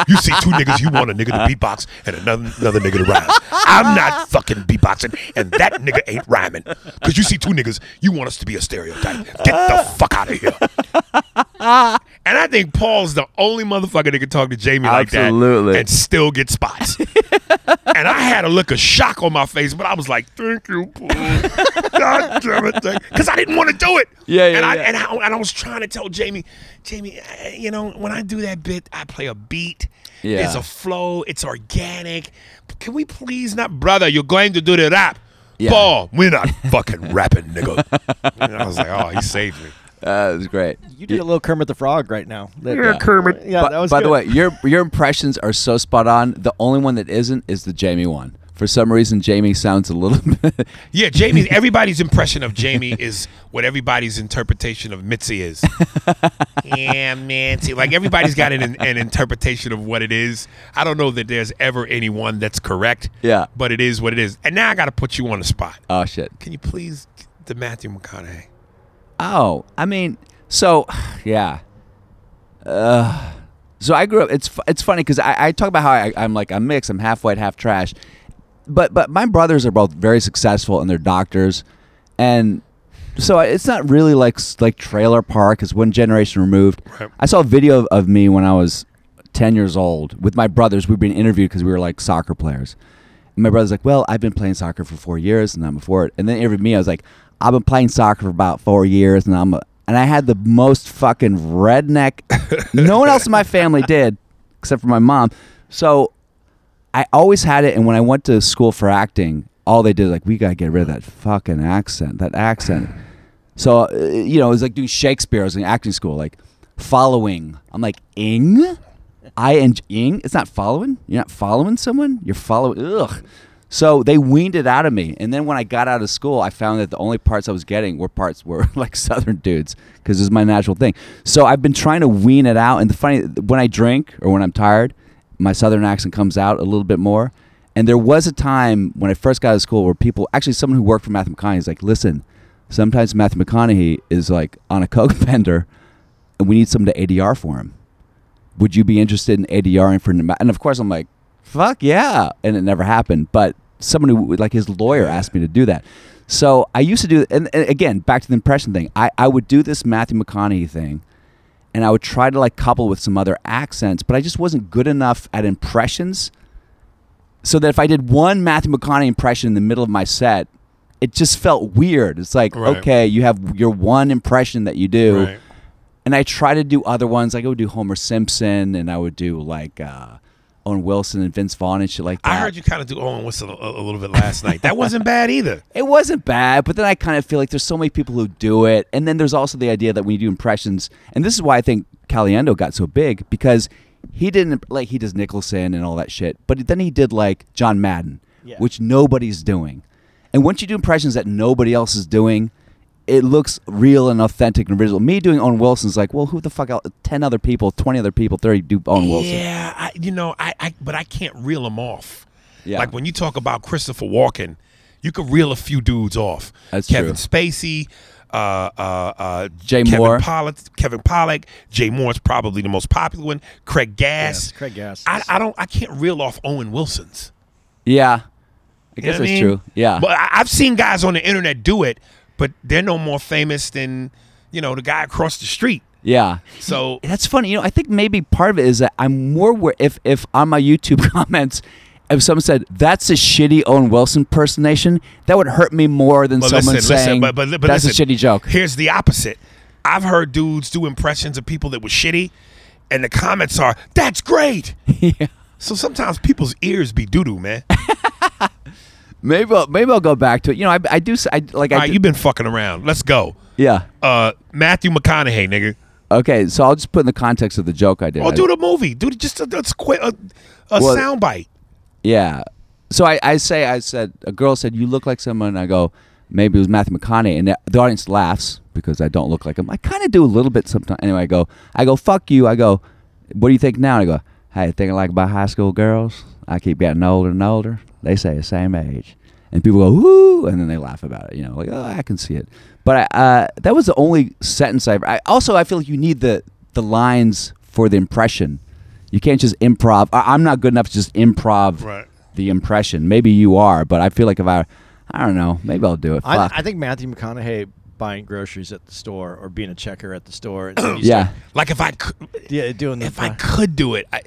S5: You see two niggas, you want a nigga to beatbox and another, another nigga to rhyme. I'm not fucking beatboxing, and that nigga ain't rhyming. Because you see two niggas, you want us to be a stereotype. Get the fuck out of here. And I think Paul's the only motherfucker that can talk to Jamie like that
S3: Absolutely.
S5: and still get spots. and I had a look of shock on my face, but I was like, "Thank you, Paul." God damn it, because I didn't want to do it.
S3: Yeah, yeah,
S5: And I,
S3: yeah.
S5: and I and I was trying to tell Jamie, Jamie, I- you know, when I do that bit, I play a beat.
S3: Yeah.
S5: There's a flow. It's organic. Can we please not, brother? You're going to do the rap.
S3: Yeah.
S5: Paul, we're not fucking rapping, nigga. and I was like, oh, he saved me.
S3: Uh, it was great.
S4: You did a little Kermit the Frog right now. That-
S5: Yeah, Kermit.
S4: Yeah,
S3: But-
S4: that was
S3: by the
S4: good.
S3: way, your your impressions are so spot on. The only one that isn't is the Jamie one. For some reason, Jamie sounds a little. bit...
S5: Yeah, Jamie. Everybody's impression of Jamie is what everybody's interpretation of Mitzi is. yeah, Mitzi. Like everybody's got an, an interpretation of what it is. I don't know that there's ever anyone that's correct.
S3: Yeah.
S5: But it is what it is. And now I got to put you on the spot.
S3: oh shit.
S5: Can you please the Matthew McConaughey?
S3: Oh, I mean, so yeah. Uh, so I grew up. It's fu- it's funny because I, I talk about how I, I'm like I'm mixed. I'm half white, half trash. But but my brothers are both very successful and they're doctors, and so I- it's not really like s- like trailer park is one generation removed.
S5: Right.
S3: I saw a video of, of me when I was ten years old with my brothers. We've been interviewed because we were like soccer players. And my brother's like, "Well, I've been playing soccer for four years, and I'm for it." And then every me, I was like, "I've been playing soccer for about four years, and I'm a." And I had the most fucking redneck. no one else in my family did, except for my mom. So I always had it, and when I went to school for acting, all they did was like, "We gotta get rid of that fucking accent, that accent." So uh, you know, it was like doing Shakespeare. I was in acting school, like following. I'm like ing, I and ing. It's not following. You're not following someone. You're following. Ugh. So they weaned it out of me, and then when I got out of school, I found that the only parts I was getting were parts were like Southern dudes because it's my natural thing. So I've been trying to wean it out. And the funny, when I drink or when I'm tired, my Southern accent comes out a little bit more. And there was a time when I first got out of school where people, actually, someone who worked for Matthew McConaughey is like, listen, sometimes Matthew McConaughey is like on a coke bender and we need someone to ADR for him. Would you be interested in ADRing for him? And of course, I'm like, fuck yeah. And it never happened. But someone who, like his lawyer asked me to do that. So I used to do, and, and again, back to the impression thing, I, I would do this Matthew McConaughey thing and I would try to like couple with some other accents, but I just wasn't good enough at impressions. So that if I did one Matthew McConaughey impression in the middle of my set, it just felt weird. It's like,
S5: Right.
S3: okay, you have your one impression that you do,
S5: Right.
S3: And I try to do other ones. Like I would do Homer Simpson, and I would do like uh, Owen Wilson and Vince Vaughn and shit like that.
S5: I heard you kind of do Owen Wilson a, a little bit last night. That wasn't bad either.
S3: It wasn't bad, but then I kind of feel like there's so many people who do it. And then there's also the idea that when you do impressions, and this is why I think Caliendo got so big because he didn't like he does Nicholson and all that shit, but then he did like John Madden,
S4: Yeah.
S3: which nobody's doing. And once you do impressions that nobody else is doing, it looks real and authentic and original. Me doing Owen Wilson's like, well, who the fuck? Else? Ten other people, twenty other people, thirty do Owen Wilson.
S5: Yeah, I, you know, I, I but I can't reel them off.
S3: Yeah.
S5: Like when you talk about Christopher Walken, you could reel a few dudes off.
S3: That's true.
S5: Kevin Spacey, uh, uh, uh,
S3: Jay
S5: Kevin
S3: Moore.
S5: Pollak, Kevin Pollak, Jay Moore's probably the most popular one. Craig Gass.
S4: Yes, Craig Gass.
S5: I, I don't. I can't reel off Owen Wilson's.
S3: Yeah, I
S5: You know
S3: guess
S5: what
S3: that's
S5: I mean?
S3: true. Yeah,
S5: But I, I've seen guys on the internet do it, but they're no more famous than you know the guy across the street.
S3: yeah.
S5: So
S3: That's funny. You know, I think maybe part of it is that I'm more aware if if on my YouTube comments, if someone said that's a shitty Owen Wilson impersonation, that would hurt me more than
S5: But
S3: someone saying
S5: but, but, but
S3: that's
S5: listen,
S3: a shitty joke.
S5: Here's the opposite. I've heard dudes do impressions of people that were shitty, and the comments are, "That's great." So sometimes people's ears be doo doo, man. All
S3: Maybe I'll, maybe I'll go back to it. You know, I, I do s- I like I
S5: right,
S3: do-
S5: you've been fucking around. Let's go.
S3: yeah.
S5: Uh, Matthew McConaughey, nigga.
S3: Okay, so I'll just put in the context of the joke I did.
S5: Oh,
S3: I-
S5: do the movie. Do the- just a, a, squi- a, a
S3: Well-
S5: soundbite.
S3: Yeah. So I, I say, I said, a girl said, you look like someone. And I go, maybe it was Matthew McConaughey. And the- the audience laughs because I don't look like him. I kind of do a little bit sometimes. Anyway, I go, I go, fuck you. I go, what do you think now? And I go, hey, think I like about high school girls. I keep getting older and older. They say the same age. And people go, woo, and then they laugh about it. You know, like, oh, I can see it. But I, uh, that was the only sentence I've. I, also, I feel like you need the, the lines for the impression. You can't just improv. I, I'm not good enough to just improv
S5: Right.
S3: the impression. Maybe you are, but I feel like if I, I don't know, maybe I'll do it.
S4: I,
S3: Fuck.
S4: I think Matthew McConaughey buying groceries at the store or being a checker at the store. And you
S3: yeah.
S5: Like if I could,
S4: start- yeah, doing the
S5: if I could do it, I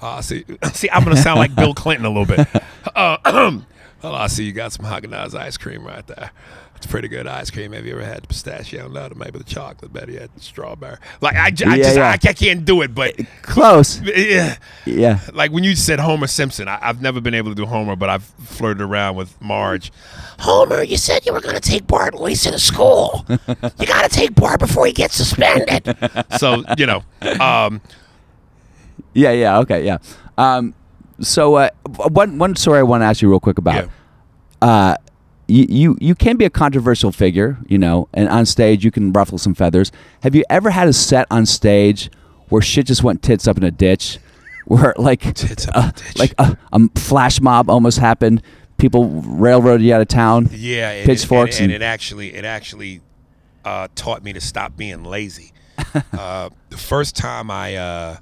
S5: uh, see. See, I'm gonna sound like Bill Clinton a little bit. Uh, well, I see you got some Häagen-Dazs ice cream right there. It's pretty good ice cream. Have you ever had the pistachio nut or maybe the chocolate? Better yet, the strawberry. Like I, j- I
S3: Yeah,
S5: just
S3: yeah.
S5: I, ca- can't do it. But
S3: Close.
S5: yeah,
S3: Yeah.
S5: like when you said Homer Simpson, I, I've never been able to do Homer, but I've flirted around with Marge. Homer, you said you were gonna take Bart and Lisa to school. you gotta take Bart before he gets suspended. so you know. Um,
S3: Yeah. Yeah. Okay. Yeah. Um, so uh, one one story I want to ask you real quick about.
S5: Yeah.
S3: Uh, you, you you can be a controversial figure, you know, and on stage you can ruffle some feathers. Have you ever had a set on stage where shit just went tits up in a ditch, where like
S5: Tits up in a
S3: uh,
S5: ditch.
S3: like a, a flash mob almost happened, people railroaded you out of town,
S5: Yeah, and it-
S3: pitchforks,
S5: and, and, it actually it actually uh, taught me to stop being lazy. uh, the first time I uh,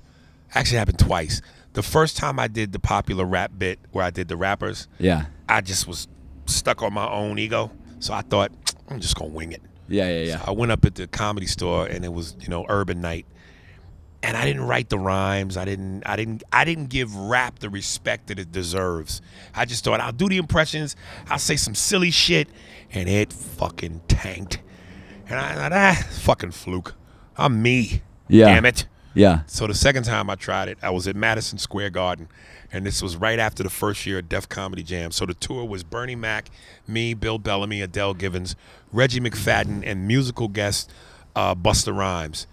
S5: actually happened twice. The first time I did the popular rap bit where I did the rappers,
S3: yeah,
S5: I just was stuck on my own ego, so I thought I'm just gonna wing it.
S3: yeah, yeah, yeah.
S5: I went up at the comedy store and it was you know urban night, and I didn't write the rhymes. I didn't I didn't I didn't give rap the respect that it deserves. I just thought I'll do the impressions. I'll say some silly shit, and it fucking tanked. And I thought, ah, fucking fluke. I'm me.
S3: Yeah.
S5: Damn it.
S3: Yeah.
S5: So the second time I tried it, I was at Madison Square Garden, and this was right after the first year of Def Comedy Jam. So the tour was Bernie Mac, me, Bill Bellamy, Adele Givens, Reggie McFadden, and musical guest uh, Busta Rhymes.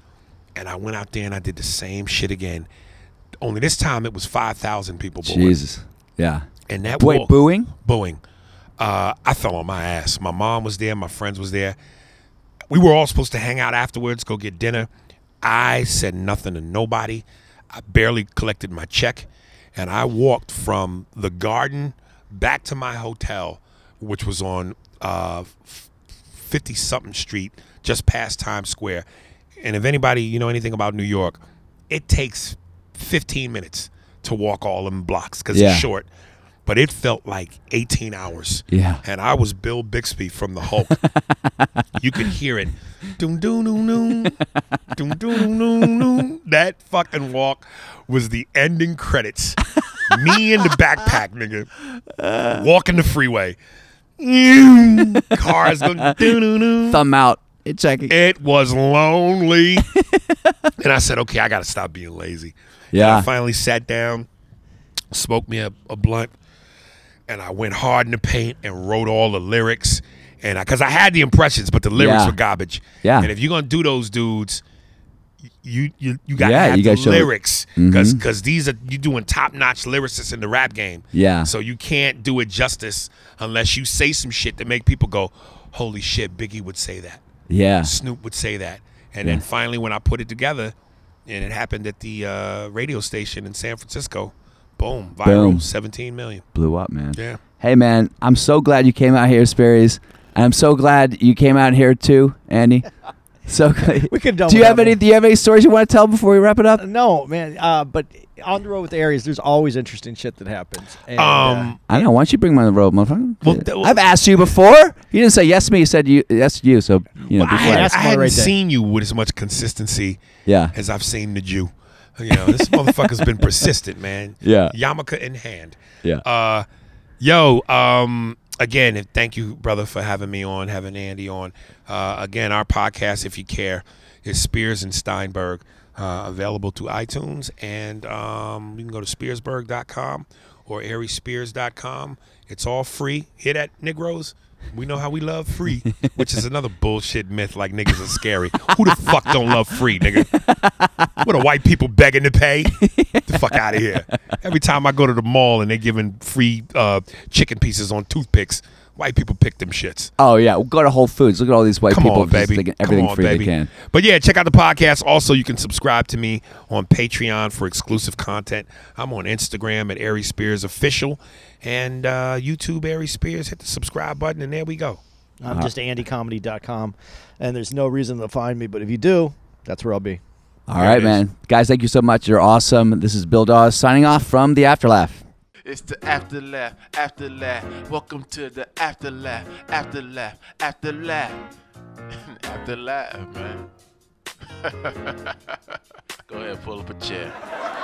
S5: And I went out there and I did the same shit again. Only this time it was five thousand people. booing.
S3: Jesus. Yeah.
S5: And that
S3: Wait,
S5: walk-
S3: booing?
S5: booing. Uh, I fell on my ass. My mom was there. My friends was there. We were all supposed to hang out afterwards, go get dinner. I said nothing to nobody. I barely collected my check, and I walked from the garden back to my hotel, which was on uh, 50 something street just past Times Square. And if anybody, you know anything about New York, it takes 15 minutes to walk all them blocks because
S3: Yeah.
S5: it's short. But it felt like 18 hours.
S3: Yeah.
S5: And I was Bill Bixby from the Hulk. you could hear it. Doom, doom, doom, doom. doom, doom, doom, doom. That fucking walk was the ending credits. Me in the backpack, nigga walking the freeway. Cars going doo doo doo.
S3: Thumb out. It checking.
S5: It was lonely. and I said, okay, I got to stop being lazy. And
S3: Yeah.
S5: I finally sat down, smoked me a, a blunt, and I went hard in the paint and wrote all the lyrics. And because I, had the impressions, but the lyrics
S3: Yeah.
S5: were garbage.
S3: Yeah.
S5: And if you're gonna do those dudes, you you you got to
S3: Yeah,
S5: have
S3: you
S5: the
S3: gotta show it. Mm-hmm.
S5: lyrics because these are you doing top notch lyricists in the rap game.
S3: Yeah.
S5: So you can't do it justice unless you say some shit that make people go, "Holy shit, Biggie would say that."
S3: yeah.
S5: Snoop would say that. And then finally, when I put it together, and it happened at the uh, radio station in San Francisco, boom, viral,
S3: Boom.
S5: 17 million.
S3: Blew up, man.
S5: Yeah.
S3: Hey, man, I'm so glad you came out here, Sperry's. I'm so glad you came out here too, Andy. So good.
S4: We could've done
S3: Do you have
S4: without
S3: any?
S4: him.
S3: Do you have any stories you want to tell before we wrap it up?
S4: No, man. Uh, but on the road with the Aries, there's always interesting shit that happens. And, uh,
S5: Um,
S3: I don't know. Why don't you bring me on the road, motherfucker?
S5: Well, th- well-
S3: I've asked you before. You didn't say yes to me. You said you yes to you. So you know,
S5: I,
S3: be
S5: had,
S3: flat.
S4: That's
S5: I
S4: one
S5: hadn't
S4: right there.
S5: seen you with as much consistency
S3: yeah,
S5: as I've seen the Jew. You know, this motherfucker's been persistent, man.
S3: Yeah.
S5: Yarmulke in hand.
S3: yeah.
S5: Uh, yo, um, again, and thank you, brother, for having me on, having Andy on. Uh, again, our podcast, if you care, is Spears and Steinberg, uh, available to iTunes. And um, you can go to spearsberg.com or ariespears.com. It's all free. Hear that, Negroes? We know how we love free, which is another bullshit myth like niggas are scary. Who the fuck don't love free, nigga? What are white people begging to pay? Get the fuck out of here. Every time I go to the mall and they're giving free uh, chicken pieces on toothpicks, white people pick them shits.
S3: oh yeah. We'll go to Whole Foods. Look at all these white
S5: Come
S3: people
S5: on,
S3: just
S5: baby.
S3: taking
S5: Come
S3: everything
S5: on,
S3: free
S5: baby.
S3: they can.
S5: But yeah, check out the podcast. Also, you can subscribe to me on Patreon for exclusive content. I'm on Instagram at Ari Spears Official and uh, YouTube Ari Spears. Hit the subscribe button and there we go. uh-huh.
S4: I'm just andycomedy.com, and there's no reason to find me. But if you do, that's where I'll be.
S3: All right,
S5: it is.
S3: man. Guys, thank you so much. You're awesome. This is Bill Dawes signing off from the Afterlaugh.
S2: It's the afterlife, afterlife. Welcome to the afterlife, afterlife, afterlife. afterlife, man. Go ahead, pull up a chair.